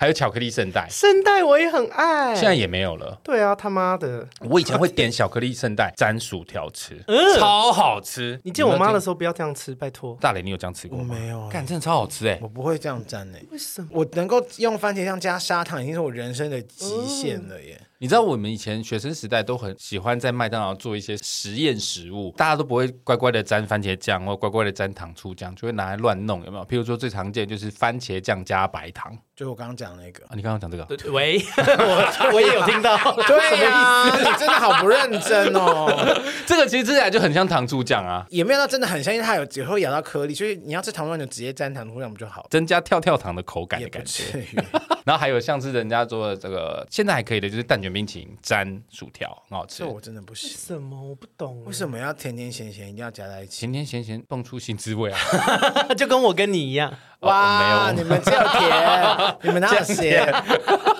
Speaker 1: 还有巧克力圣代，
Speaker 3: 圣代我也很爱。
Speaker 1: 现在也没有了。
Speaker 3: 对啊，他妈的！
Speaker 1: 我以前会点巧克力圣代沾薯条吃，
Speaker 2: 嗯
Speaker 1: 超好吃。
Speaker 3: 你见我妈的
Speaker 1: 时
Speaker 3: 时候不要这样吃，拜托
Speaker 1: 候，。大磊，你有这样吃过吗？
Speaker 2: 没有欸
Speaker 1: 干真的超好吃哎
Speaker 2: 我！不会这样沾呢、
Speaker 3: 为什么？
Speaker 2: 我能够用番茄酱加砂糖，已经是我人生的极限了耶！
Speaker 1: 你知道我们以前学生时代都很喜欢在麦当劳做一些实验食物，大家都不会乖乖的沾番茄酱或乖乖的沾糖醋酱，就会拿来乱弄，有没有？譬如说最常见就是番茄酱加白糖
Speaker 2: 就我刚刚讲那个
Speaker 1: 啊，，你刚刚讲这个
Speaker 3: 对喂， 我我也有听到，
Speaker 2: 对呀、你真的好不认真哦，
Speaker 1: 这个其实吃起来就很像糖醋酱啊，
Speaker 2: 也没有到真的很像，因为它有有时候咬到颗粒，所以你要吃糖蒜就直接沾糖醋酱不就好？
Speaker 1: 增加跳跳糖的口感
Speaker 2: 也
Speaker 1: 的
Speaker 2: 不
Speaker 1: 感觉。
Speaker 2: 至于。
Speaker 1: 然后还有像是人家做的这个现在还可以的，就是蛋卷冰淇淋沾薯条，很好吃
Speaker 2: 这。我真的不行
Speaker 3: 为。什么我不懂？
Speaker 2: 为什么要甜甜咸咸一定要夹在一起？
Speaker 1: 甜甜咸咸蹦出新滋味啊！
Speaker 3: 么？ 就跟我跟你一样，
Speaker 1: 哦
Speaker 2: 哇，
Speaker 1: 没有
Speaker 2: 你们只有甜，你们哪有 咸？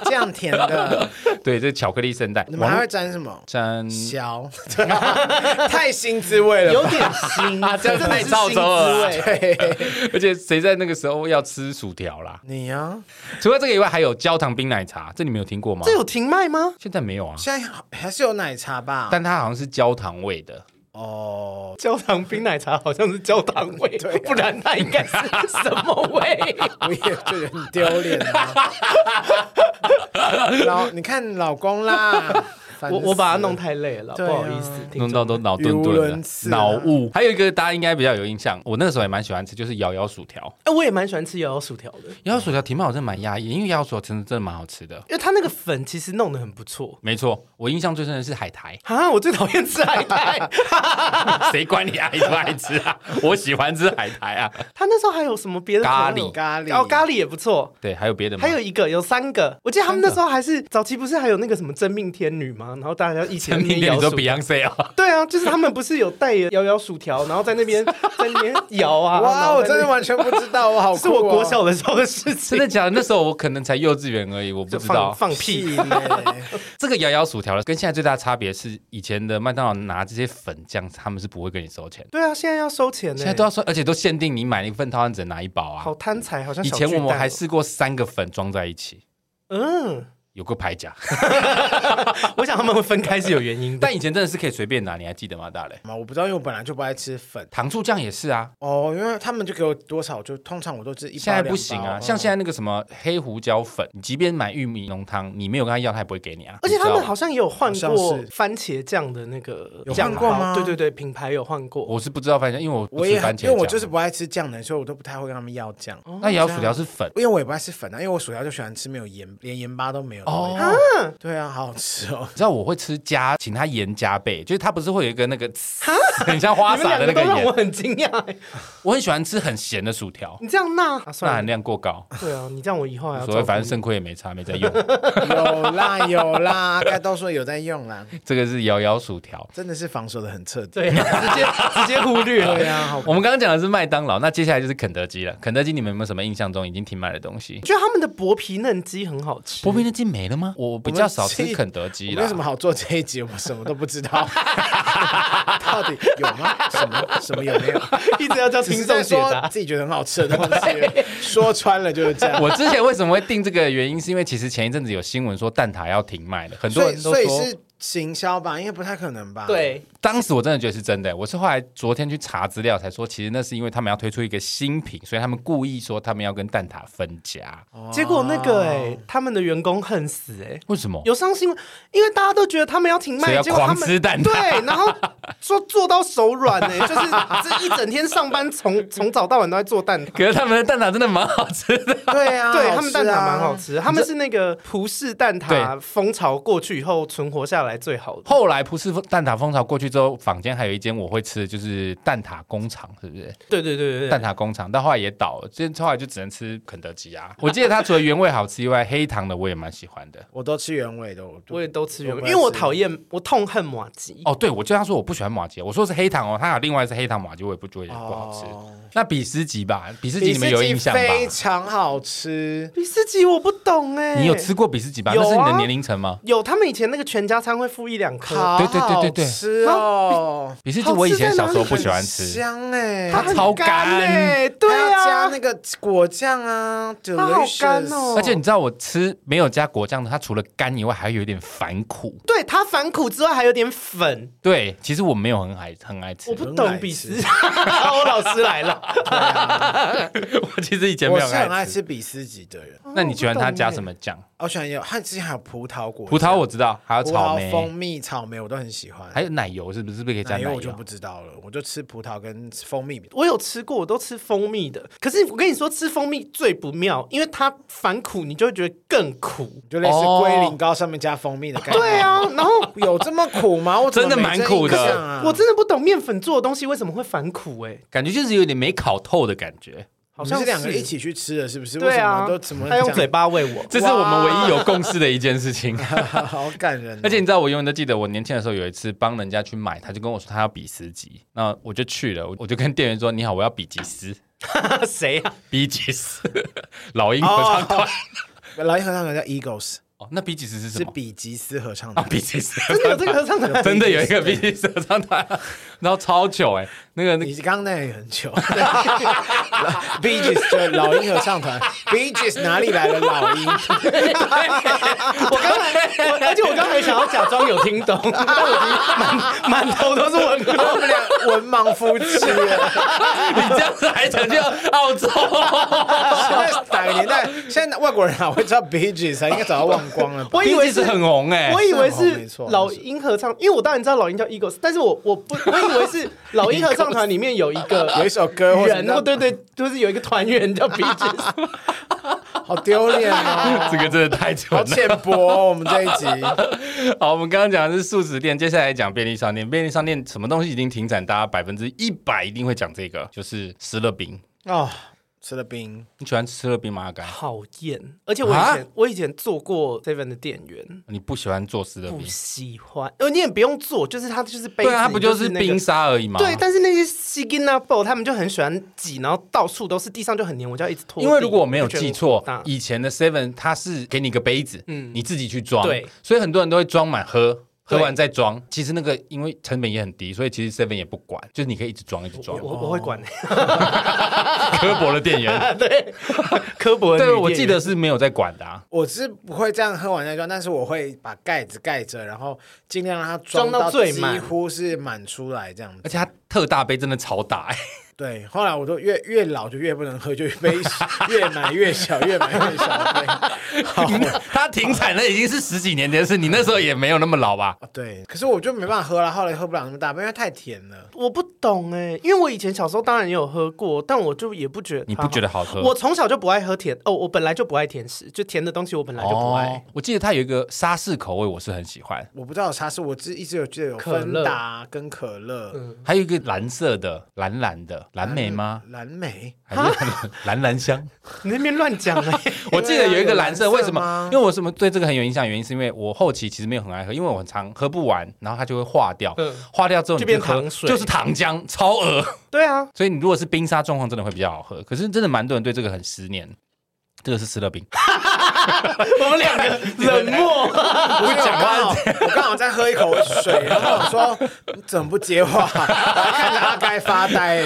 Speaker 2: 这样甜的，
Speaker 1: 对，这是巧克力圣代，
Speaker 2: 你们还
Speaker 1: 网
Speaker 2: 会
Speaker 1: 络
Speaker 2: 沾什么？
Speaker 1: 沾
Speaker 2: 削，太新滋味了吧。
Speaker 3: 有点腥
Speaker 1: 啊这样
Speaker 3: 真的
Speaker 1: 太
Speaker 3: 是
Speaker 1: 造
Speaker 3: 腥
Speaker 1: 作了
Speaker 3: 滋味
Speaker 2: 对，
Speaker 1: 而且谁在那个时候要吃薯条啦？
Speaker 2: 你啊，
Speaker 1: 除了这个以外，还有焦糖冰奶茶，这你们有听过吗
Speaker 3: 这？有停卖吗？
Speaker 1: 现在没有啊，
Speaker 2: 现在好还是有奶茶吧？
Speaker 1: 但它好像是焦糖味的。
Speaker 2: 哦，
Speaker 3: 焦糖冰奶茶好像是焦糖 味，不然它应该是什么 味？
Speaker 2: 我也觉得很丢脸啊。 老，你看老公啦，烦死
Speaker 3: 我
Speaker 2: 了
Speaker 3: 我把它弄太累了，
Speaker 2: 对
Speaker 3: 不
Speaker 2: 啊
Speaker 3: 好意思，听众
Speaker 1: 弄到都脑
Speaker 2: 语
Speaker 1: 钝
Speaker 2: 无
Speaker 1: 钝
Speaker 2: 伦
Speaker 1: 的
Speaker 2: 次，啊
Speaker 1: 脑雾。还有一个大家应该比较有印象，我那个时候也蛮喜欢吃，就是摇摇薯条。
Speaker 3: 哎，我也蛮喜欢吃摇摇薯条的，
Speaker 1: 摇摇薯条提卖我真的蛮压抑，因为摇摇薯条真的真的蛮好吃的。
Speaker 3: 因为它那个粉其实弄得很不错。，
Speaker 1: 没错，我印象最深的是海苔
Speaker 3: 啊！我最讨厌吃海 苔。
Speaker 1: 谁管你爱不爱吃啊？我喜欢吃海苔啊。
Speaker 3: 他那时候还有什么别的
Speaker 1: 咖
Speaker 3: 口味
Speaker 1: 喱
Speaker 2: 咖喱
Speaker 3: 哦，咖喱也不错。
Speaker 1: 对，还有别的吗？
Speaker 3: 还有一个，有三个。我记得他们那时候还是早期，不是还有那个什么真命天女吗？然后大家一起在那
Speaker 1: 陈
Speaker 3: 边
Speaker 1: 明
Speaker 3: 摇
Speaker 1: 你
Speaker 3: 薯
Speaker 1: 说 Beyonce 啊？
Speaker 3: 对啊，就是他们不是有带摇摇薯条，然后在那边 在那边摇啊。然
Speaker 2: 哇，
Speaker 3: 后
Speaker 2: 我
Speaker 3: 在
Speaker 2: 真
Speaker 3: 那
Speaker 2: 的完全不知道，我好酷哦
Speaker 3: 是我国小的时候的事情
Speaker 1: 真。 的假的？那时候我可能才幼稚园而已，我不
Speaker 3: 就
Speaker 1: 知
Speaker 3: 放
Speaker 1: 道。
Speaker 3: 放
Speaker 2: 屁
Speaker 3: 屁。
Speaker 2: 嘞！
Speaker 1: 这个摇摇薯条跟现在最大的差别是，以前的麦当劳拿这些粉酱，他们是不会跟你收钱的，
Speaker 3: 对啊，现在要收钱呢
Speaker 1: 现在。都要收，而且都限定你买一份套餐只能拿一包啊
Speaker 3: 好。贪财，好像
Speaker 1: 以
Speaker 3: 小
Speaker 1: 前我
Speaker 3: 巨
Speaker 1: 们
Speaker 3: 蛋
Speaker 1: 还
Speaker 3: 哦
Speaker 1: 试过三个粉装在一起，
Speaker 3: 嗯，
Speaker 1: 有个牌 夹，
Speaker 3: 我想他们会分开是有原因的。
Speaker 1: 但以前真的是可以随便拿，你还记得吗，大雷？
Speaker 2: 嘛，我不知道，因为我本来就不爱吃粉
Speaker 1: 糖醋酱也是啊，
Speaker 2: 哦，因为他们就给我多少，就通常我都是一包
Speaker 1: 现在不行啊，
Speaker 2: 两包嗯
Speaker 1: 像现在那个什么黑胡椒粉，你即便买玉米浓汤，你没有跟他要，他也不会给你啊。
Speaker 3: 而且他
Speaker 1: 你
Speaker 3: 们
Speaker 1: 知道吗
Speaker 3: 好像也有换
Speaker 2: 好
Speaker 3: 过
Speaker 2: 像是
Speaker 3: 番茄酱的那个
Speaker 2: 有
Speaker 3: 酱
Speaker 2: 换过
Speaker 3: 包
Speaker 2: 吗
Speaker 3: 对对对，品牌有换过。
Speaker 1: 我是不知道番茄，因为我不
Speaker 2: 我
Speaker 1: 吃
Speaker 2: 也
Speaker 1: 番茄
Speaker 2: 因为我
Speaker 1: 酱
Speaker 2: 就是不爱吃酱的，所以我都不太会跟他们要酱。
Speaker 1: 那摇薯条是粉
Speaker 2: 因为我也不爱吃粉啊，因为我薯条就喜欢吃没有盐，连盐巴都没有的味
Speaker 1: 哦
Speaker 2: 道。。对啊，好好吃哦。
Speaker 1: 你知道我会吃加，请他盐加倍，就是它不是会有一个那个， 很像花
Speaker 3: 你们
Speaker 1: 洒的那
Speaker 3: 两个
Speaker 1: 个
Speaker 3: 都让
Speaker 1: 盐
Speaker 3: 我。很惊讶欸，
Speaker 1: 我很喜欢吃很咸的薯条，
Speaker 3: 你这样那啊
Speaker 1: 钠
Speaker 3: 算
Speaker 1: 含
Speaker 3: 了，
Speaker 1: 量过高，
Speaker 3: 对啊，你这样我以后还要
Speaker 1: 所谓
Speaker 3: 照顾
Speaker 1: 反正
Speaker 3: 你
Speaker 1: 肾亏也没差，没在用。
Speaker 2: 有啦有啦，大家都说有在用啦，
Speaker 1: 这个是摇摇薯条。
Speaker 2: 真的是防守的很彻底。
Speaker 3: 对，啊 直接直接忽略了
Speaker 2: 对。啊，好
Speaker 1: 我们刚刚讲的是麦当劳，那接下来就是肯德基了。肯德基你们有没有什么印象中已经停卖的东西
Speaker 3: 我？ 觉得他们的薄皮嫩鸡很好 吃，
Speaker 1: 薄皮嫩鸡没了吗？我比较少吃肯德基
Speaker 2: 我
Speaker 1: 啦
Speaker 2: 为什。么好做这一集？我什么都不知 道，到底有吗？什么什么有 没有？
Speaker 3: 一直要叫
Speaker 2: 只
Speaker 3: 听
Speaker 2: 是
Speaker 3: 众
Speaker 2: 在
Speaker 3: 解
Speaker 2: 说
Speaker 3: 答。
Speaker 2: 自己觉得很好吃的东西，说穿了就是这样。
Speaker 1: 我之前为什么会定这个原因，是因为其实前一阵子有新闻说蛋挞要停卖了，很多
Speaker 2: 所以
Speaker 1: 人都
Speaker 2: 所以
Speaker 1: 说。
Speaker 2: 是行销吧，应该不太可能吧？，
Speaker 3: 对，
Speaker 1: 当时我真的觉得是真的，我是后来昨天去查资料才说，其实那是因为他们要推出一个新品，所以他们故意说他们要跟蛋挞分家。
Speaker 3: 结果那
Speaker 1: 哦
Speaker 3: 个哎，他们的员工恨死哎。
Speaker 1: 为什么？
Speaker 3: 有上新闻，因为大家都觉得他们要停
Speaker 1: 所以
Speaker 3: 卖，
Speaker 1: 要
Speaker 3: 结果他们
Speaker 1: 狂吃蛋挞
Speaker 3: 对，然后说做到手软呢、 就是这一整天上班 从从早到晚都在做蛋挞。
Speaker 1: 可是他们的蛋挞真的蛮好吃的。
Speaker 2: 对啊， 好吃
Speaker 3: 对
Speaker 2: 啊
Speaker 3: 他们蛋挞蛮好。吃，他们是那个葡式蛋挞风潮过去以后存活下来最好的。
Speaker 1: 后来葡式蛋挞风潮过去之后，坊间还有一间我会吃的就是蛋挞工厂，是不是？
Speaker 3: 对对对对对
Speaker 1: 蛋，挞工厂，但后来也倒了，这后来就只能吃肯德基啊。我记得它除了原味好吃以外，黑糖的我也蛮喜欢的。
Speaker 2: 我都吃原味的，我
Speaker 3: 我也都吃原味，
Speaker 2: 我
Speaker 3: 因
Speaker 2: 也
Speaker 3: 为我
Speaker 2: 是
Speaker 3: 讨厌，我痛恨马吉。
Speaker 1: 哦，对，我就跟他说我不喜欢马吉，我说是黑糖哦，他有另外是黑糖马吉，我也不觉得不好吃。
Speaker 2: 哦
Speaker 1: 那比斯吉吧，比斯吉
Speaker 2: 比
Speaker 1: 你们有
Speaker 2: 斯吉
Speaker 1: 印象吧？
Speaker 2: 非常好吃。
Speaker 3: 比斯吉我不懂哎、
Speaker 1: 你有吃过比斯吉吧？
Speaker 3: 有
Speaker 1: 那
Speaker 3: 啊
Speaker 2: 哎
Speaker 1: 是你的年龄层吗？
Speaker 3: 有，他们以前那个全家餐会付一两颗，
Speaker 2: 好
Speaker 1: 对对对对对
Speaker 2: 好吃哦，
Speaker 1: 比斯鸡我以前小时候不喜欢
Speaker 2: 很
Speaker 1: 吃，
Speaker 2: 香哎、
Speaker 1: 它
Speaker 3: 很
Speaker 1: 超
Speaker 3: 干欸对
Speaker 2: 还要加
Speaker 3: 啊，
Speaker 2: 那个果酱啊，
Speaker 3: 它好干哦，
Speaker 1: 而且你知道我吃没有加果酱的，它除了干以外，还有一点反苦。
Speaker 3: 对它反苦之外还有点粉，
Speaker 1: 对，其实我没有很爱很爱吃
Speaker 3: 我，不
Speaker 2: 很爱
Speaker 3: 懂
Speaker 2: 吃
Speaker 3: 比斯， 欧老师来了，
Speaker 1: 我其实以前
Speaker 2: 我
Speaker 1: 没有
Speaker 2: 是很爱
Speaker 1: 吃。
Speaker 2: 吃比斯吉的人， 哦
Speaker 1: 那你喜欢它加什
Speaker 3: 么？
Speaker 1: 么酱？
Speaker 2: 我喜欢有，它之前还有葡萄果酱，
Speaker 1: 葡萄我知道，还有
Speaker 2: 葡
Speaker 1: 草
Speaker 2: 萄、蜂
Speaker 1: 莓，
Speaker 2: 蜜、草莓我都很喜欢，
Speaker 1: 还有奶油，是不是？是不是可以加
Speaker 2: 奶
Speaker 1: 奶
Speaker 2: 油
Speaker 1: 油？
Speaker 2: 我就不知道了，我就吃葡萄跟蜂蜜。
Speaker 3: 我有吃过，我都吃蜂蜜的。可是我跟你说，吃蜂蜜最不妙，因为它反苦，你就会觉得更苦。
Speaker 2: 就类似
Speaker 1: 哦
Speaker 2: 龟苓膏上面加蜂蜜的概念。
Speaker 3: 对，啊，然后
Speaker 2: 有这么苦吗？我怎么
Speaker 1: 真的
Speaker 2: 没
Speaker 1: 蛮
Speaker 2: 这
Speaker 1: 苦的
Speaker 2: 印象哦 啊
Speaker 3: 我真的不懂面粉做的东西为什么会反苦、哎，
Speaker 1: 感觉就是有点没烤透的感觉。
Speaker 3: 好
Speaker 2: 你
Speaker 3: 像
Speaker 2: 们是两个一。起去吃的，是不是？为
Speaker 3: 对
Speaker 2: 什
Speaker 3: 啊
Speaker 2: 么都怎么，
Speaker 3: 他用嘴
Speaker 2: 巴，
Speaker 3: 巴喂我，
Speaker 1: 这是我们唯一有共识的一件事情。
Speaker 2: 好感人 哦。
Speaker 1: 而且你知道，我永远都记得我年轻的时候有一次帮人家去买，他就跟我说他要比斯吉，那我就去了，我我就跟店员说：“你好，我要比吉斯，
Speaker 3: 哇谁啊？
Speaker 1: 比吉斯，老鹰合唱团。
Speaker 2: 老鹰合唱团叫 Eagles，
Speaker 1: 哦，那比吉斯是什
Speaker 2: 是
Speaker 1: 么？
Speaker 2: 比吉斯合唱
Speaker 1: 啊，
Speaker 2: 团。
Speaker 1: 比吉斯，
Speaker 3: 真的有这个合唱 团？
Speaker 1: 真的有一个比吉斯合唱团，然后超糗哎、那个那个
Speaker 2: 你刚刚那也很 久 b e e g e s 就是老鹰合唱团 b e e g e s 哪里来的老鹰？
Speaker 3: 我刚才， 我而且我刚才想要假装有听懂， 但我已经满满头都是问号。
Speaker 2: 我们俩文盲 夫妻啊！
Speaker 1: 你这样子还想 去澳洲？
Speaker 2: 现在哪个年代？现在外国人哪会知道 b e e g e s 啊？应该早就忘光了吧。
Speaker 3: 我以为
Speaker 1: 比吉斯
Speaker 3: 是
Speaker 1: 很红哎、
Speaker 3: 我以为
Speaker 2: 是哦没
Speaker 3: 是
Speaker 2: 错
Speaker 3: 老鹰合唱，因为我当然知道老鹰叫 Eagles，但是我我 不我以为是老鹰合唱团里面有一
Speaker 2: 有一
Speaker 3: 个
Speaker 2: 首歌 或者
Speaker 3: 人，或哦对对，就是有一个团员 叫 b g
Speaker 2: 好丢脸 哦，
Speaker 1: 这个真的太蠢
Speaker 2: 好
Speaker 1: 了。
Speaker 2: 浅薄哦。我们这一集。
Speaker 1: 好，我们刚刚讲的是素食店，接下来讲便利商店。便利商店什么东西已经停产？大家百分之一百一定会讲这个，就是湿乐冰。
Speaker 2: 哦，吃了冰，
Speaker 1: 你喜欢吃湿乐冰吗？阿甘，
Speaker 3: 讨厌，而且我以前我以前做过 Seven 的店员，
Speaker 1: 你不喜欢做湿乐
Speaker 3: 不
Speaker 1: 冰？
Speaker 3: 喜欢，呃，你也不用做，就是他就是杯子，
Speaker 1: 对啊，它不就是
Speaker 3: 那个
Speaker 1: 冰。沙而已吗？
Speaker 3: 对，但是那些 s i g n a b o 他们就很喜欢挤，然后到处都是，地上就很黏，我就要一直拖地。
Speaker 1: 因为如果我没有
Speaker 3: 就觉得
Speaker 1: 记
Speaker 3: 我
Speaker 1: 错
Speaker 3: 火大，
Speaker 1: 以前的 Seven 它是给你一个杯子，嗯，你自己去装，
Speaker 3: 对，
Speaker 1: 所以很多人都会装满喝。喝
Speaker 3: 对
Speaker 1: 完再装，其实那个因为成本也很低，所以其实 Seven 也不管，就是你可以一直装一直装
Speaker 3: 我。我我会管。
Speaker 1: 科博的店 员，
Speaker 3: 对，科博的女
Speaker 1: 哦对，我
Speaker 3: 店
Speaker 1: 记
Speaker 3: 员
Speaker 1: 得是没有在管的、啊。
Speaker 2: 我是不会这样喝完再装，但是我会把盖子盖着，然后尽量让它装
Speaker 3: 装到最满
Speaker 2: 几乎是满出来这样
Speaker 1: 而
Speaker 2: 子。
Speaker 1: 且它特大杯真的超大、 哎
Speaker 2: 对，后来我都越越老就越不能喝，就越杯 越买越小，越买越小。对，好。
Speaker 1: 它停产了已经是十几年前的事，你那时候也没有那么老 吧？
Speaker 2: 哦对，可是我就没办法喝了，后来喝不了那么大杯，因为太甜了。
Speaker 3: 我不懂哎、因为我以前小时候当然也有喝过，但我就也不觉得
Speaker 1: 你不觉得好喝？
Speaker 3: 我从小就不爱喝甜哦，我本来就不爱甜食，就甜的东西我本来就不爱。
Speaker 1: 哦，我记得它有一个沙士口味，我是很喜欢，
Speaker 2: 我不知道有啥是，我只一直有记得有
Speaker 3: 可
Speaker 2: 芬
Speaker 3: 乐嗯
Speaker 2: 达跟可乐、
Speaker 1: 还有一个蓝色的，蓝蓝的，蓝莓吗？
Speaker 2: 蓝莓。
Speaker 1: 还是蓝蓝香？
Speaker 3: 你那边乱讲哎，
Speaker 1: 我记得有一个蓝色，
Speaker 2: 有蓝色
Speaker 1: 为什么
Speaker 3: 啊
Speaker 2: 吗？
Speaker 1: 因为我什么对这个很有印象，原因是因为我后期其实没有很爱喝，因为我很常喝不完，然后它就会化掉，
Speaker 3: 嗯
Speaker 1: 化掉之后你
Speaker 3: 就变
Speaker 1: 喝
Speaker 3: 糖水
Speaker 1: 就是糖浆，超恶。
Speaker 3: 对啊，
Speaker 1: 所以你如果是冰沙状况，真的会比较好喝。可是真的蛮多人对这个很思念。这个是湿乐 冰，
Speaker 3: 我们两个冷漠，
Speaker 2: 不是讲话，我刚好在喝一口水，然后我说你怎么不接话？我还看着阿该发呆。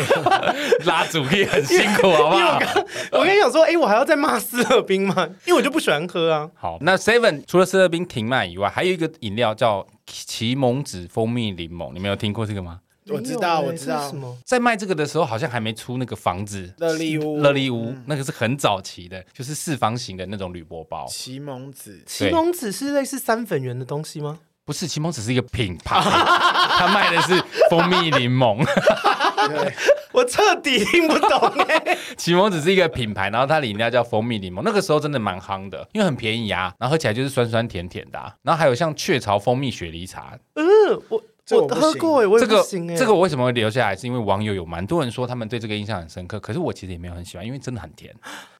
Speaker 1: 拉主力很辛苦，好不
Speaker 3: 因为
Speaker 1: 好
Speaker 3: 我？刚 我跟你讲说，哎、我还要再骂斯乐冰吗？因为我就不喜欢喝啊。
Speaker 1: 好，那 Seven 除了湿乐冰停卖以外，还有一个饮料叫奇蒙子蜂蜜柠檬，你们有听过这个吗？
Speaker 2: 我知道，
Speaker 3: 没有
Speaker 2: 我
Speaker 3: 哎
Speaker 2: 知
Speaker 3: 这是
Speaker 2: 道
Speaker 3: 什，么？
Speaker 1: 在卖这个的时候，好像还没出那个房子
Speaker 2: 乐利屋，
Speaker 1: 乐利
Speaker 3: 嗯
Speaker 1: 屋，那个是很早期的，就是四方形的那种铝箔包，
Speaker 2: 奇蒙子，
Speaker 3: 奇蒙子是类似三粉圆的东西吗？
Speaker 1: 不是奇蒙只是一个品牌， 它卖的是蜂蜜柠檬。
Speaker 3: 我彻底听不懂哎、
Speaker 2: 欸
Speaker 1: 奇蒙只是一个品牌，然后它的饮料叫蜂蜜柠檬，那个时候真的蛮夯的，因为很便宜啊，然后喝起来就是酸酸甜甜的啊、然后还有像雀巢蜂蜜雪梨茶，
Speaker 3: 嗯，我
Speaker 2: 这我不
Speaker 3: 喝
Speaker 2: 行
Speaker 3: 过哎、我也
Speaker 1: 这
Speaker 3: 不
Speaker 1: 个
Speaker 3: 行哎、
Speaker 1: 这个我为什么会留下来，是因为网友有蛮多人说他们对这个印象很深刻，可是我其实也没有很喜欢，因为真的很甜。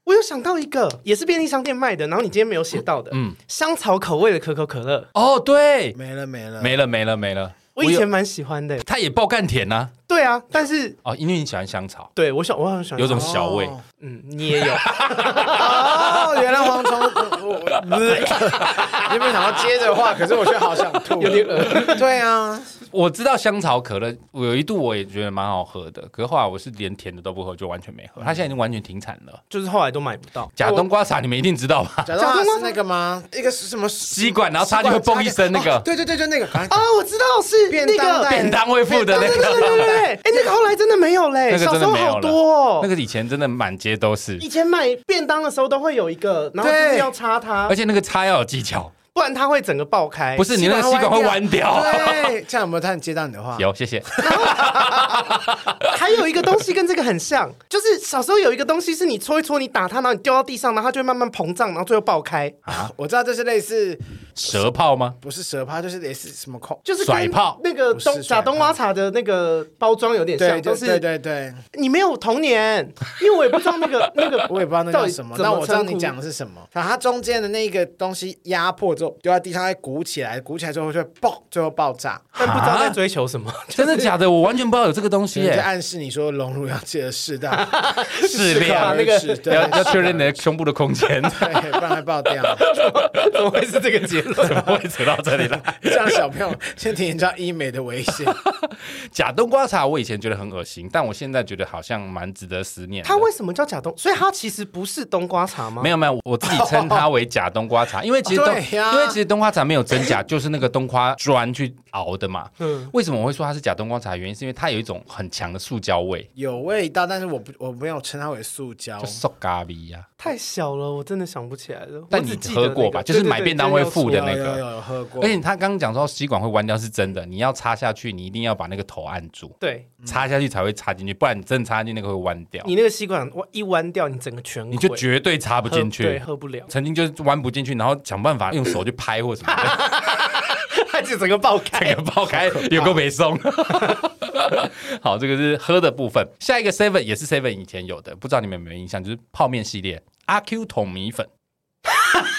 Speaker 3: 我有想到一个，也是便利商店卖的，然后你今天没有写到的，
Speaker 1: 嗯
Speaker 3: 嗯，香草口味的可口可乐，
Speaker 1: 哦，对，
Speaker 2: 没了没了，
Speaker 1: 没了没了没了，
Speaker 3: 我以
Speaker 1: 有
Speaker 3: 前蛮喜欢的。
Speaker 1: 它也爆干甜呐、
Speaker 3: 对啊，但是
Speaker 1: 哦，因为你喜欢香草，
Speaker 3: 对我想我很喜欢，
Speaker 1: 有种
Speaker 2: 哦
Speaker 1: 小味。
Speaker 3: 嗯，你也有，
Speaker 2: 哦，原来蝗虫，我我你有没有想要接着话？可是我却好想吐，有点恶。对啊，
Speaker 1: 我知道香草可乐，我有一度我也觉得蛮好喝的，可是后来我是连甜的都不喝，就完全没喝。它现在已经完全停产了。
Speaker 3: 就是后来都买不到。
Speaker 1: 假冬瓜茶你们一定知道吧？
Speaker 2: 假装他是那个吗？一个是什么吸
Speaker 1: 管然后插进去嘣一声那个
Speaker 2: 对对对，就那个。赶快
Speaker 3: 啊，我知道是
Speaker 2: 便
Speaker 3: 那
Speaker 2: 当
Speaker 3: 个
Speaker 2: 袋
Speaker 1: 便当会附的那
Speaker 3: 对对对
Speaker 1: 个，
Speaker 3: 对 对，哎，那个后来真的没有嘞，
Speaker 1: 那个
Speaker 3: 小
Speaker 1: 真
Speaker 3: 时
Speaker 1: 的
Speaker 3: 候
Speaker 1: 没有
Speaker 3: 好
Speaker 1: 了。
Speaker 3: 多哦。
Speaker 1: 那个以前真的满街都是，
Speaker 3: 以前买便当的时候都会有一个，然后就
Speaker 2: 对
Speaker 3: 是要插它
Speaker 1: 而，且那个插要有技巧，
Speaker 3: 不然它会整个爆开。
Speaker 1: 不是你那个吸管会弯掉。
Speaker 2: 对，这样有没有他接到你的话？
Speaker 1: 有，谢谢。
Speaker 3: 还有一个东西跟这个很像，就是小时候有一个东西是你搓一搓，你打它，然后你丢到地上，然后它就会慢慢膨胀，然后最后爆开，
Speaker 1: 啊
Speaker 2: 我知道这是类似，
Speaker 1: 蛇泡吗？
Speaker 2: 不是蛇趴，就是类似什么空。
Speaker 3: 就是
Speaker 1: 甩
Speaker 3: 跟
Speaker 1: 炮
Speaker 3: 那个
Speaker 2: 不是
Speaker 3: 冬
Speaker 2: 甩
Speaker 3: 假
Speaker 2: 炮
Speaker 3: 冬瓜茶的那个包装有点
Speaker 2: 对
Speaker 3: 像，
Speaker 2: 对
Speaker 3: 都
Speaker 2: 对
Speaker 3: 是
Speaker 2: 对对，
Speaker 3: 你没有童年，因为我也不知道那个那个，
Speaker 2: 我也不知道那叫什么，但我知道你讲
Speaker 3: 的
Speaker 2: 的是什么。然后它中间的那个东西压迫之后，丢在地上，它会鼓起来，鼓起来之后就会爆，最后爆炸。
Speaker 3: 但不知道
Speaker 1: 啊
Speaker 3: 在追求什么。
Speaker 1: 真的假的？我完全不知道有这个东西
Speaker 2: 就
Speaker 1: 耶。
Speaker 2: 暗示你说隆乳要记得 适当
Speaker 1: 适量
Speaker 2: 那个对，
Speaker 1: 要要确认你的胸部的空间。
Speaker 2: 对，不然会爆掉。
Speaker 3: 怎么会是这个结论？
Speaker 1: 怎么会扯到这里来？
Speaker 2: 这样小朋友先体验到医美的危险。
Speaker 1: 假冬瓜茶，我以前觉得很恶心，但我现在觉得好像蛮值得思念的。
Speaker 3: 它为什么叫假冬？所以它其实不是冬瓜茶吗？
Speaker 1: 没有没有，我自己称它为假冬瓜茶，因为其实冬，
Speaker 2: 对呀
Speaker 1: 因为其实冬瓜茶没有真假，就是那个冬瓜砖去熬的嘛。嗯，为什么我会说它是假冬瓜茶？原因是因为它有一种很强的塑胶味，
Speaker 2: 有味道，但是我不我没有称它为塑胶
Speaker 1: 就。塑咖啊喱呀。
Speaker 3: 太小了，我真的想不起来了。
Speaker 1: 但
Speaker 3: 我只
Speaker 1: 你
Speaker 3: 记得
Speaker 1: 喝过吧
Speaker 3: 那个
Speaker 1: 就是
Speaker 3: 对对
Speaker 1: 买
Speaker 3: 对
Speaker 1: 便当会附的
Speaker 2: 有
Speaker 1: 那个哎
Speaker 2: 有有有喝过
Speaker 1: 而，且他刚刚讲说吸管会弯掉是真的，你要插下去，你一定要把那个头按住，
Speaker 3: 对
Speaker 1: 插下去才会插进去，不然你真的插进去那个会弯掉，
Speaker 3: 你那个吸管一弯掉，你整个全
Speaker 1: 你就
Speaker 3: 毁
Speaker 1: 绝对插不进
Speaker 3: 喝
Speaker 1: 去。，
Speaker 3: 对，喝不了
Speaker 1: 曾经就是弯不进去，然后想办法用手去拍或什么的，
Speaker 3: 它就整个爆开
Speaker 1: 整个爆开，有个没松。 好，这个是喝的部分。下一个 Seven 也是 Seven 以前有的，不知道你们有没有印象，就是泡面系列阿 Q 桶米粉，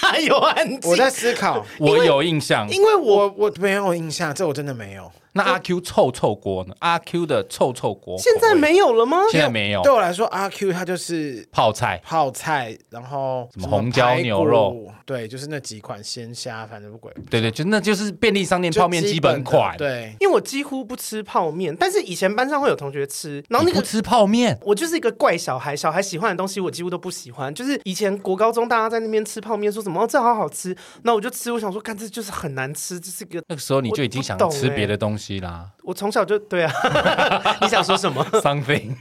Speaker 3: 还有安静
Speaker 2: 我。在思考，
Speaker 1: 我有印象。
Speaker 3: 因为我
Speaker 2: 我我没有印象，这我真的没有。
Speaker 1: 那阿 Q 臭臭锅呢？阿 Q 的臭臭锅口味
Speaker 3: 现在，没有了吗？
Speaker 1: 现在没有
Speaker 2: 对我来说，阿 Q 它就是
Speaker 1: 泡菜。
Speaker 2: 泡菜，然后
Speaker 1: 什么红椒
Speaker 2: 排骨
Speaker 1: 牛肉，
Speaker 2: 对，就是那几款鲜虾，反正不鬼
Speaker 1: 对对，就那就是便利商店泡面
Speaker 2: 就
Speaker 1: 基
Speaker 2: 本
Speaker 1: 本
Speaker 2: 的
Speaker 1: 款。
Speaker 2: 对，
Speaker 3: 因为我几乎不吃泡面，但是以前班上会有同学吃，然后那
Speaker 1: 你
Speaker 3: 个
Speaker 1: 不吃泡面，
Speaker 3: 我就是一个怪小孩，小孩喜欢的东西我几乎都不喜欢。就是以前国高中大家在那边吃泡面，说什么哦这好好吃，那我就吃，我想说，看这就是很难吃，这是 个
Speaker 1: 那个时候你就已经想
Speaker 3: 欸
Speaker 1: 吃别的东西 啦。
Speaker 3: 我从小就对啊。 你想说什么？
Speaker 1: Something，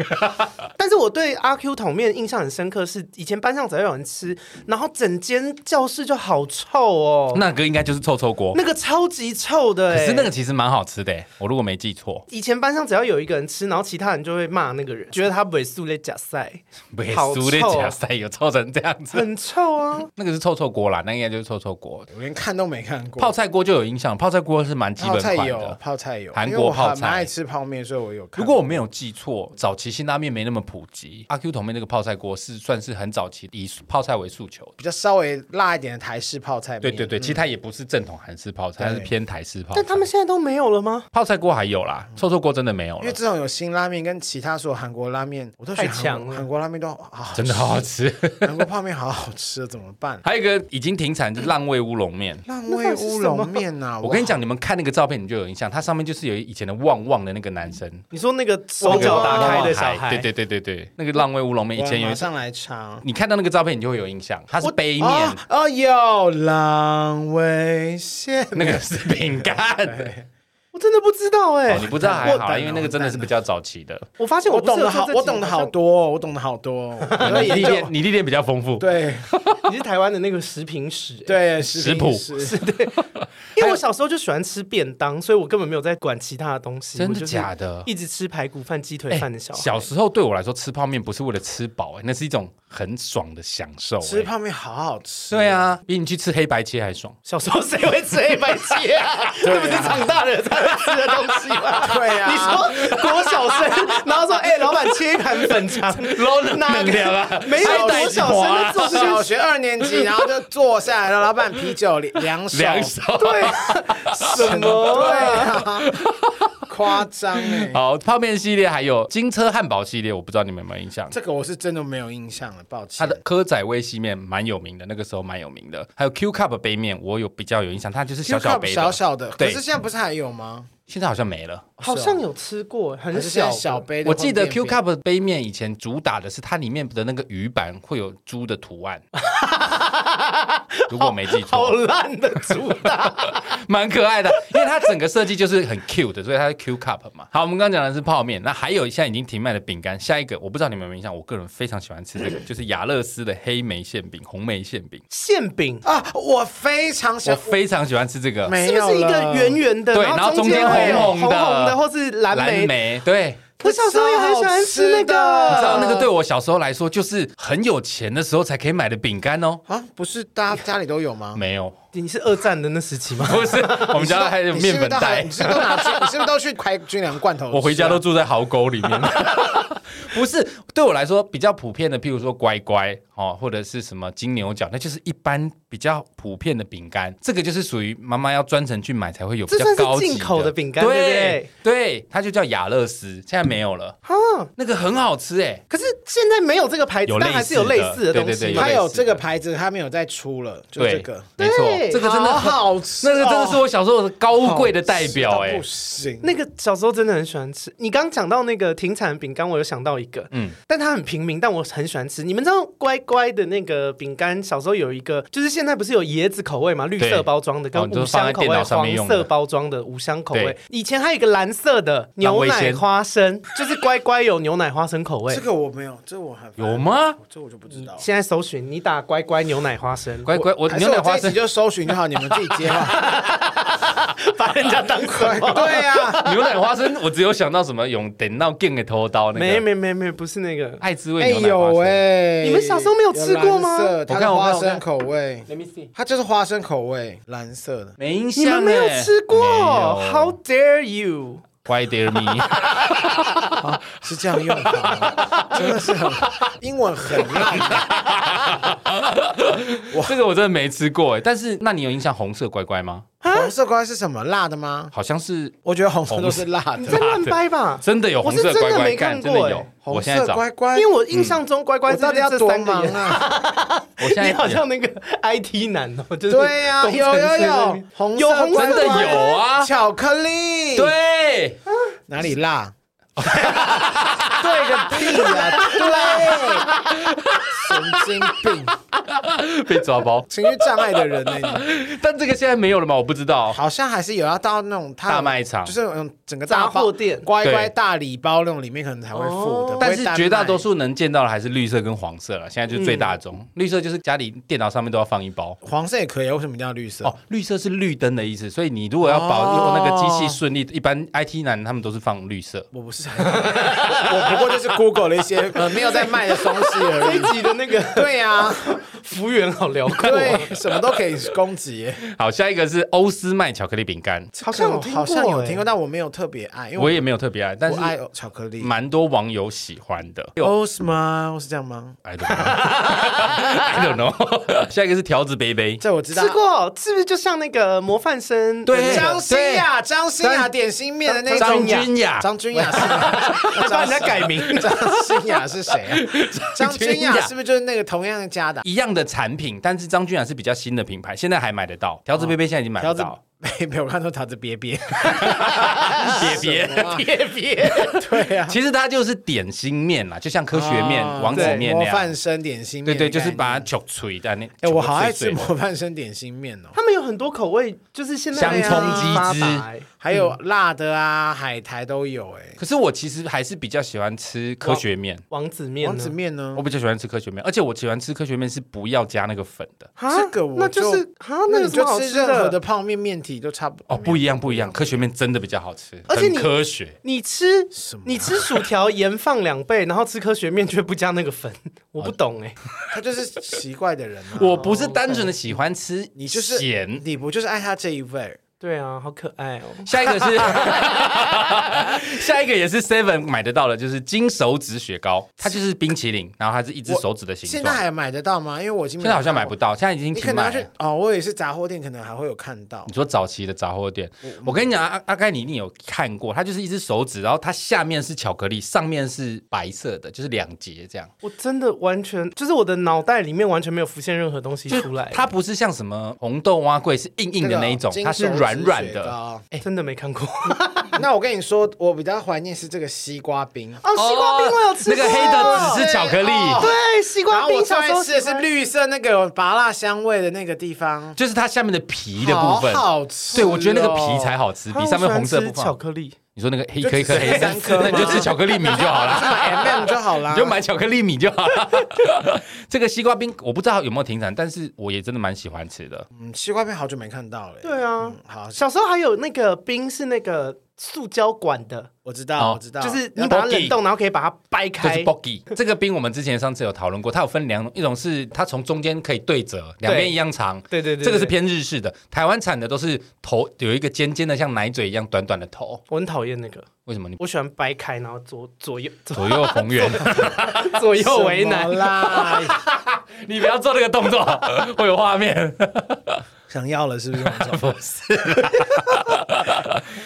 Speaker 3: 但是我对阿 Q 桶面印象很深刻，是以前班上只要有人吃，然后整间教室就好臭哦，那
Speaker 1: 那个应该就是臭臭锅。
Speaker 3: 个超级臭的、
Speaker 1: 可
Speaker 3: 欸。
Speaker 1: 是那个其实蛮好吃的欸，我如果没记错，
Speaker 3: 以前班上只要有一个人吃，然后其他人就会骂那个人，觉得他伪素类假赛，
Speaker 1: 北
Speaker 3: 好
Speaker 1: 苏的
Speaker 3: 臭
Speaker 1: 假赛有臭成这样子，
Speaker 3: 很臭啊。
Speaker 1: 那个是臭臭锅啦，那应该就是臭臭锅。
Speaker 2: 我连看都没看过。
Speaker 1: 泡菜锅就有印象，泡菜锅是蛮基
Speaker 2: 泡
Speaker 1: 本
Speaker 2: 菜
Speaker 1: 款
Speaker 2: 有，
Speaker 1: 的。
Speaker 2: 泡菜有，
Speaker 1: 韩
Speaker 2: 因为
Speaker 1: 国
Speaker 2: 我
Speaker 1: 泡
Speaker 2: 很
Speaker 1: 菜
Speaker 2: 爱吃泡面，所以我有看。
Speaker 1: 如果我没有记错，早期辛拉面没那么普及，阿 Q 桶面那个泡菜锅是算是很早期以泡菜为诉求的。
Speaker 2: 比较稍微辣一点的台式泡菜面，嗯
Speaker 1: 对对对，其实它也不是正统韩式泡菜，它是
Speaker 2: 对
Speaker 1: 偏台式泡菜。
Speaker 3: 但他们现在都没有了吗？
Speaker 1: 泡菜锅还有啦，臭臭锅真的没有
Speaker 2: 嗯因
Speaker 1: 了
Speaker 2: 为，自从有新拉面跟其他所有韩国拉面，我都觉得
Speaker 3: 太
Speaker 2: 韩
Speaker 3: 强
Speaker 2: 国
Speaker 3: 了
Speaker 2: 韩国拉面都好好
Speaker 1: 真的好好
Speaker 2: 吃，
Speaker 1: 吃。
Speaker 2: 韩国泡面好好吃，怎么 办？
Speaker 1: 还有一个已经停产就是浪味乌龙面。
Speaker 2: 浪味乌龙面啊呐，
Speaker 1: 我跟你讲，你们看那个照片，你就有印象，它上面就是有以前的旺旺的那个男
Speaker 2: 嗯
Speaker 1: 生，
Speaker 3: 你说那个手脚打开的小孩，
Speaker 1: 对对对对对，那个浪味乌龙面
Speaker 2: 我，
Speaker 1: 以前有
Speaker 2: 我
Speaker 1: 一
Speaker 2: 马
Speaker 1: 次，
Speaker 2: 上来尝。
Speaker 1: 你看到那个照片，你就会有印象，它是杯面
Speaker 2: 哦，哦，有浪 味线，
Speaker 1: 那个是饼干，
Speaker 3: 我真的不知道哎、
Speaker 1: 哦你不知道还
Speaker 2: 我
Speaker 1: 好啦，因为那个真的是比较早期 的，
Speaker 3: 我发现
Speaker 2: 我
Speaker 3: 不是
Speaker 2: 懂
Speaker 3: 有
Speaker 2: 得
Speaker 3: 做
Speaker 2: 好，
Speaker 3: 这
Speaker 2: 我
Speaker 3: 集
Speaker 2: 懂得好，多哦，我懂得好多哦，我都
Speaker 1: 你历
Speaker 2: 研
Speaker 1: 练
Speaker 2: 究。
Speaker 1: 你历练比较丰富。
Speaker 2: 对
Speaker 3: 像你是台湾的那个食品史、欸，，
Speaker 2: 对，
Speaker 1: 食谱
Speaker 2: 是
Speaker 3: 因为我小时候就喜欢吃便当，所以我根本没有在管其他的东西，
Speaker 1: 真
Speaker 3: 我
Speaker 1: 的
Speaker 3: 就是
Speaker 1: 假的？
Speaker 3: 一直吃排骨饭、鸡腿
Speaker 1: 哎
Speaker 3: 饭的小孩，
Speaker 1: 小时候对我来说，吃泡面不是为了吃饱，哎，那是一种很爽的享受。
Speaker 2: 吃
Speaker 1: 哎
Speaker 2: 泡面好好吃。
Speaker 1: 对啊，比你去吃黑白切还爽。
Speaker 3: 小时候谁会吃黑白切 啊？这、不是长大了才会吃的东西吗？
Speaker 2: 对啊
Speaker 3: 你说国小生，然后说哎、老板切一盘 粉肠，
Speaker 1: 捞能
Speaker 3: 哪个
Speaker 1: 量啊
Speaker 3: 没有
Speaker 1: 还带
Speaker 3: 国小生
Speaker 1: 花
Speaker 3: 的 做
Speaker 2: 小学二年级，然后就坐下来了，老板啤酒两两手，
Speaker 1: 两手
Speaker 3: 对啊，什么
Speaker 2: 对
Speaker 3: 啊？
Speaker 2: 啊，夸张哎。
Speaker 1: 好，泡面系列还有金车汉堡系列，我不知道你们有没有印象。
Speaker 2: 这个我是真的没有印象了，抱歉。
Speaker 1: 它的蚵仔味西面蛮有名的，那个时候蛮有名的。还有 Q Cup 杯面，我有比较有印象，它就是小
Speaker 2: Q Cup
Speaker 1: 小杯的，
Speaker 2: 小小的，可
Speaker 1: 对
Speaker 2: 是现在不是还有吗？
Speaker 1: 现在好像没了。
Speaker 3: 好像有吃过，很
Speaker 2: 还是现
Speaker 3: 小
Speaker 2: 在
Speaker 3: 的
Speaker 2: 小杯的
Speaker 1: 我
Speaker 2: 会变
Speaker 1: 记
Speaker 2: 扁？
Speaker 1: 得 Q Cup 杯面以前主打的是它里面的那个鱼板会有猪的图 案，如果我没记
Speaker 3: 好
Speaker 1: 错，
Speaker 3: 烂的主打，
Speaker 1: 蛮可爱的，因为它整个设计就是很 Q 的，所以它是 Q Cup 嘛。好，我们刚刚讲的是泡面，那还有现在已经停卖的饼干，下一个我不知道你们有没有印象，我个人非常喜欢吃这个，就是雅乐斯的黑莓馅饼、红莓馅饼，
Speaker 3: 馅饼
Speaker 2: 啊，我非常
Speaker 1: 我
Speaker 2: 想，
Speaker 1: 非常喜欢吃这个。
Speaker 2: 没
Speaker 3: 是
Speaker 2: 有
Speaker 3: 不是一个
Speaker 2: 了
Speaker 3: 圆圆的，
Speaker 1: 对然
Speaker 3: 后
Speaker 1: 后中间
Speaker 3: 会有
Speaker 1: 红红
Speaker 3: 红
Speaker 1: 的
Speaker 3: 的，或是蓝莓？
Speaker 1: 莓对，
Speaker 3: 我小时候也很喜欢
Speaker 2: 超好吃
Speaker 3: 吃那
Speaker 2: 的
Speaker 1: 你知
Speaker 3: 个，
Speaker 1: 道那个对我小时候来说，就是很有钱的时候才可以买的饼干哦。
Speaker 2: 啊，不是大家家里都有吗？
Speaker 1: 没有，
Speaker 3: 你是二战的那时 期吗？
Speaker 1: 不是，我们家还有
Speaker 2: 你是
Speaker 1: 面
Speaker 2: 不
Speaker 1: 粉
Speaker 2: 是都还
Speaker 1: 袋
Speaker 2: 你。是不是都拿去？你是不是都去开军粮罐头吃 啊？
Speaker 1: 我回家都住在壕沟里面。 不是，对我来说比较普遍的，譬如说乖乖哦，或者是什么金牛角，那就是一般比较普遍的饼干。这个就是属于妈妈要专程去买才会有比较
Speaker 3: 这算是
Speaker 1: 高级
Speaker 3: 进口的饼干
Speaker 1: 对
Speaker 3: 对
Speaker 1: 对它就叫雅乐斯，现在没有了。那个很好吃哎、
Speaker 3: 可是现在没有这个牌子
Speaker 1: 有，
Speaker 3: 但还是有类似
Speaker 1: 类似的
Speaker 3: 的东西
Speaker 1: 对对
Speaker 3: 嘛
Speaker 1: 对
Speaker 2: 它有这个牌子，它没有再出了，就
Speaker 1: 对，
Speaker 2: 这个。
Speaker 1: 没错，
Speaker 3: 对
Speaker 1: 这个真的
Speaker 2: 好
Speaker 1: 很
Speaker 2: 好吃哦，
Speaker 1: 那个真的是我小时候的高贵的代表哎、
Speaker 2: 好吃到不行。
Speaker 3: 那个小时候真的很喜欢吃。你刚讲到那个停产饼干，我有想到一个，
Speaker 1: 嗯
Speaker 3: 嗯，但它很平民，但我很喜欢吃。你们知道乖乖的那个饼干，小时候有一个，就是现在不是有椰子口味嘛，绿色包装的，跟
Speaker 1: 哦你就
Speaker 3: 五
Speaker 1: 放在
Speaker 3: 香口
Speaker 1: 电脑
Speaker 3: 味、
Speaker 1: 上面用
Speaker 3: 黄
Speaker 1: 的
Speaker 3: 色包装的五香口
Speaker 1: 对
Speaker 3: 味。以前还有一个蓝色的牛
Speaker 1: 浪味
Speaker 3: 奶
Speaker 1: 仙
Speaker 3: 花生，就是乖乖有牛奶花生口味
Speaker 2: 这。个我没有，这我还
Speaker 1: 有？吗？
Speaker 2: 这我就不知道。
Speaker 3: 现在搜寻你打乖乖牛奶花生，
Speaker 1: 乖乖，我
Speaker 2: 还是
Speaker 1: 牛奶花
Speaker 2: 这一
Speaker 1: 生
Speaker 2: 集，就搜寻就好，你们自己接吧。
Speaker 3: 把人家当乖。
Speaker 2: 对啊呀，
Speaker 1: 牛奶花生，我只有想到什么用等到剑给偷刀那个，
Speaker 3: 没没没没，不是那个。
Speaker 1: 爱滋
Speaker 2: 哎
Speaker 1: 味牛奶花
Speaker 2: 有
Speaker 1: 生。
Speaker 2: 哎，
Speaker 3: 你们小时候没有吃过吗
Speaker 2: 有蓝色它
Speaker 1: 我看
Speaker 2: 的
Speaker 1: 我看
Speaker 2: 花
Speaker 1: 我看
Speaker 2: 生口味，
Speaker 1: Let me see，
Speaker 2: 它就是花生口味，蓝色的。
Speaker 1: 没印象
Speaker 3: 你
Speaker 1: 欸、
Speaker 3: 们没有吃过
Speaker 1: 没有
Speaker 3: ？How dare you！
Speaker 1: Why dare me？
Speaker 2: 是这样用法吗， 真的是很英文很
Speaker 1: 啊
Speaker 2: 烂。
Speaker 1: 这个我真的没吃过哎、但是那你有印象红色乖乖吗？
Speaker 2: 红色瓜是什么？辣的吗？好
Speaker 1: 好像是
Speaker 2: 我觉得红色都是辣
Speaker 3: 你在
Speaker 2: 的。
Speaker 3: 乱 掰吧？
Speaker 1: 真的有红色乖
Speaker 3: 我是真的
Speaker 1: 乖
Speaker 3: 没
Speaker 1: 干，
Speaker 3: 看
Speaker 1: 真的
Speaker 3: 过
Speaker 1: 有
Speaker 3: 欸。
Speaker 1: 我
Speaker 2: 红
Speaker 1: 现在
Speaker 2: 色
Speaker 1: 找，
Speaker 2: 乖
Speaker 1: 我
Speaker 2: 乖，
Speaker 3: 因为我印象中乖乖
Speaker 2: 嗯我
Speaker 3: 是就
Speaker 2: 到
Speaker 3: 是
Speaker 2: 底要
Speaker 3: 这
Speaker 2: 多
Speaker 3: 三个
Speaker 2: 忙
Speaker 3: 颜色。
Speaker 2: 啊？
Speaker 1: 现在
Speaker 3: 你好像那个 IT 男哦， 就是
Speaker 2: 对呀、
Speaker 3: 工程
Speaker 2: 有
Speaker 3: 师
Speaker 2: 有
Speaker 3: 那
Speaker 2: 有
Speaker 3: 边，
Speaker 2: 红
Speaker 3: 有
Speaker 2: 色
Speaker 3: 红
Speaker 2: 乖
Speaker 1: 真
Speaker 3: 色
Speaker 1: 的
Speaker 2: 乖
Speaker 1: 有啊，
Speaker 2: 巧克力，，
Speaker 1: 对，
Speaker 2: 哪里辣？
Speaker 3: 对个
Speaker 2: 屁啊，对，神经病，
Speaker 1: 被抓包。
Speaker 2: 情绪障碍的人呢、你
Speaker 1: 但这个现在没有了吗？我不知道。
Speaker 2: 好像还是有要到那种它
Speaker 1: 大卖场
Speaker 2: 就是嗯整个
Speaker 3: 杂
Speaker 2: 大包
Speaker 3: 货店
Speaker 2: 乖乖
Speaker 1: 对
Speaker 2: 大礼包那种里面可能才会附的，不
Speaker 3: 哦
Speaker 2: 会
Speaker 1: 但是
Speaker 2: 单卖
Speaker 1: 绝大多数能见到的还是绿色跟黄色了，现在就是最大宗。
Speaker 3: 嗯
Speaker 1: 绿色就是家里电脑上面都要放一包。
Speaker 2: 黄色也可以啊，为什么一定要绿色？
Speaker 1: 哦，绿色是绿灯的意思，所以你如果要保
Speaker 2: 哦
Speaker 1: 佑那个机器顺利，一般 IT 男他们都是放绿色。
Speaker 2: 我不是很，我不过就是 Google 了一些呃没有在卖的东西而已。
Speaker 3: 这一集的那个
Speaker 2: 对啊呀、
Speaker 3: 服务员好啊辽阔，
Speaker 2: 对，什么都可以攻击。
Speaker 1: 好，下一个是欧斯麦巧克力饼干，
Speaker 3: 好像有
Speaker 2: 我
Speaker 3: 听
Speaker 2: 好像有
Speaker 3: 欸
Speaker 2: 听过，，但我没有特别爱，因
Speaker 1: 我
Speaker 2: 为
Speaker 1: 也没有特别爱，
Speaker 2: 我
Speaker 1: 但
Speaker 2: 不
Speaker 1: 是
Speaker 2: 爱巧克力。
Speaker 1: 蛮多网友喜欢的。哎
Speaker 2: 哦，什么？是这样吗？
Speaker 1: I don't know，I don't know。下一个是条子杯杯，
Speaker 2: 这我知道
Speaker 3: 吃。过哦是不是就像那个模范生？
Speaker 1: 对
Speaker 2: 张馨雅，张馨雅点心面的那
Speaker 1: 张
Speaker 2: 种
Speaker 1: 君雅
Speaker 2: 张君 雅是，
Speaker 3: 帮人家改名。
Speaker 2: 张馨雅是谁啊？ 张君雅
Speaker 1: 君雅
Speaker 2: 是不是就是那个同样家的啊？
Speaker 1: 一样的产品，但是张君雅是比较新的品牌，现在还买得到。条子杯杯现在已经买不
Speaker 2: 哦条子
Speaker 1: 到，
Speaker 2: 没没有我看到条子瘪 瘪，
Speaker 1: 别别。
Speaker 2: 啊
Speaker 3: 别别，
Speaker 2: 对呀，
Speaker 1: 其实它就是点心面啦，就像科学面、
Speaker 2: 啊
Speaker 1: 王子
Speaker 3: 对
Speaker 1: 面
Speaker 2: 模
Speaker 1: 那样。
Speaker 2: 范生点心
Speaker 1: 对
Speaker 2: 面，
Speaker 1: 对，就是把它。揪碎啊在那。
Speaker 2: 哎，我好爱
Speaker 1: 碎
Speaker 2: 吃
Speaker 1: 碎的
Speaker 2: 模范生点心面哦，
Speaker 3: 他们有很多口味，就是现在
Speaker 1: 香
Speaker 2: 葱
Speaker 3: 很
Speaker 1: 鸡
Speaker 3: 发
Speaker 1: 汁
Speaker 3: 达欸
Speaker 2: 还有
Speaker 1: 嗯
Speaker 2: 辣的啊，海苔都有哎。
Speaker 1: 可是我其实还是比较喜欢吃科学面，
Speaker 2: 哦
Speaker 3: 王子面呢，
Speaker 2: 王子面呢
Speaker 1: 我？比较喜欢吃科学面，而且我喜欢吃科学面是不要加那个粉的。
Speaker 3: 啊
Speaker 2: 这个我
Speaker 3: 那就是啊，那有
Speaker 2: 你
Speaker 3: 什么
Speaker 2: 就
Speaker 3: 好
Speaker 2: 吃
Speaker 3: 吃
Speaker 2: 任何的
Speaker 3: 的？
Speaker 2: 泡面面体都差不多
Speaker 1: 哦，不一样，不一样，科学面真的比较好吃，
Speaker 3: 而且
Speaker 1: 很
Speaker 3: 你
Speaker 1: 科学。
Speaker 3: 你吃
Speaker 2: 么啊
Speaker 3: 你吃薯条盐放两倍，然后吃科学面却不加那个粉，我不懂哎、
Speaker 1: 哦
Speaker 2: 他就是奇怪的人 啊。
Speaker 1: 我不是单纯的喜欢吃，
Speaker 2: 你就是
Speaker 1: 咸，
Speaker 2: 你不就是爱他这一味儿？
Speaker 3: 对啊，好可爱哦。
Speaker 1: 下一个 是， 下一个也是 Seven 买得到的，就是金手指雪糕，它就是冰淇淋，然后它是一只手指的形
Speaker 2: 现
Speaker 1: 状。
Speaker 2: 在还买得到吗？因为我已经
Speaker 1: 现在好像买不到，
Speaker 2: 到，
Speaker 1: 现在已经
Speaker 2: 你可
Speaker 1: 停
Speaker 2: 能
Speaker 1: 卖
Speaker 2: 要去
Speaker 1: 了。
Speaker 2: 哦，我也是杂货店，可能还会有看到
Speaker 1: 你。说早期的杂货店，
Speaker 2: 嗯
Speaker 1: 我跟你讲，阿阿盖你一定有看过，它就是一只手指，然后它下面是巧克力，上面是白色的，就是两节这样。
Speaker 3: 我真的完全就是我的脑袋里面完全没有浮现任何东西
Speaker 1: 就
Speaker 3: 出来，
Speaker 1: 它不是像什么红豆蛙桂是硬硬的那一种
Speaker 2: 这，个
Speaker 1: 它是软软
Speaker 2: 金手指雪
Speaker 1: 的。
Speaker 2: 糕
Speaker 3: 哎真的没看过。
Speaker 2: 那我跟你说，我比较怀念是这个西瓜冰。
Speaker 3: 哦， 西瓜冰我有吃
Speaker 1: 那
Speaker 3: 过，啊
Speaker 1: 个黑的只是巧克力，
Speaker 2: 哦
Speaker 3: 对，西
Speaker 2: 然
Speaker 3: 瓜
Speaker 2: 后我
Speaker 3: 冰小
Speaker 2: 上
Speaker 3: 时候
Speaker 2: 一次
Speaker 3: 喜
Speaker 2: 是
Speaker 3: 欢，
Speaker 2: 绿色那个有拔辣香味的那个地方，
Speaker 1: 就是它下面的皮的部分。
Speaker 2: 好好吃哦。
Speaker 1: 对，我觉得那个皮才好吃，
Speaker 3: 啊
Speaker 1: 比上面
Speaker 3: 我喜欢
Speaker 1: 红色
Speaker 3: 吃
Speaker 1: 部
Speaker 3: 巧
Speaker 1: 分。
Speaker 3: 克力。
Speaker 1: 你说那个黑一
Speaker 2: 就
Speaker 1: 颗一颗
Speaker 2: 只是
Speaker 1: 黑的
Speaker 2: 三，颗
Speaker 1: 那你就
Speaker 2: 吗
Speaker 1: 吃巧克力米就好 了。
Speaker 2: 买 M&M 就好啦。
Speaker 1: 你就买巧克力米就好了。 这个西瓜冰我不知道有没有停产，但是我也真的蛮喜欢吃的。
Speaker 2: 嗯西瓜冰，好久没看到了。
Speaker 3: 对啊，
Speaker 2: 嗯，好，
Speaker 3: 小时候还有那个冰是那个塑胶管的，
Speaker 2: 我知道，
Speaker 1: 哦
Speaker 2: 我知道，
Speaker 3: 就是你把它
Speaker 1: Boggy
Speaker 3: 冷啊冻，然后可以把它掰
Speaker 1: 就是
Speaker 3: 开。
Speaker 1: boggy 这个冰，我们之前上次有讨论过，它有分两种，一种是它从中间可以对折，两边一样长，
Speaker 3: 对对对，
Speaker 1: 这个是
Speaker 3: 对。
Speaker 1: 偏日式的。台湾产的都是头有一个尖尖的，像奶嘴一样短短的头。
Speaker 3: 我很讨厌那个，
Speaker 1: 为什么你
Speaker 3: 我喜欢掰开，然后左左右 左
Speaker 1: 左右逢 源？
Speaker 3: 左右为难
Speaker 2: 什么。啦，
Speaker 1: 你不要做这个动作，会有画面。
Speaker 2: 想要了是不是？王总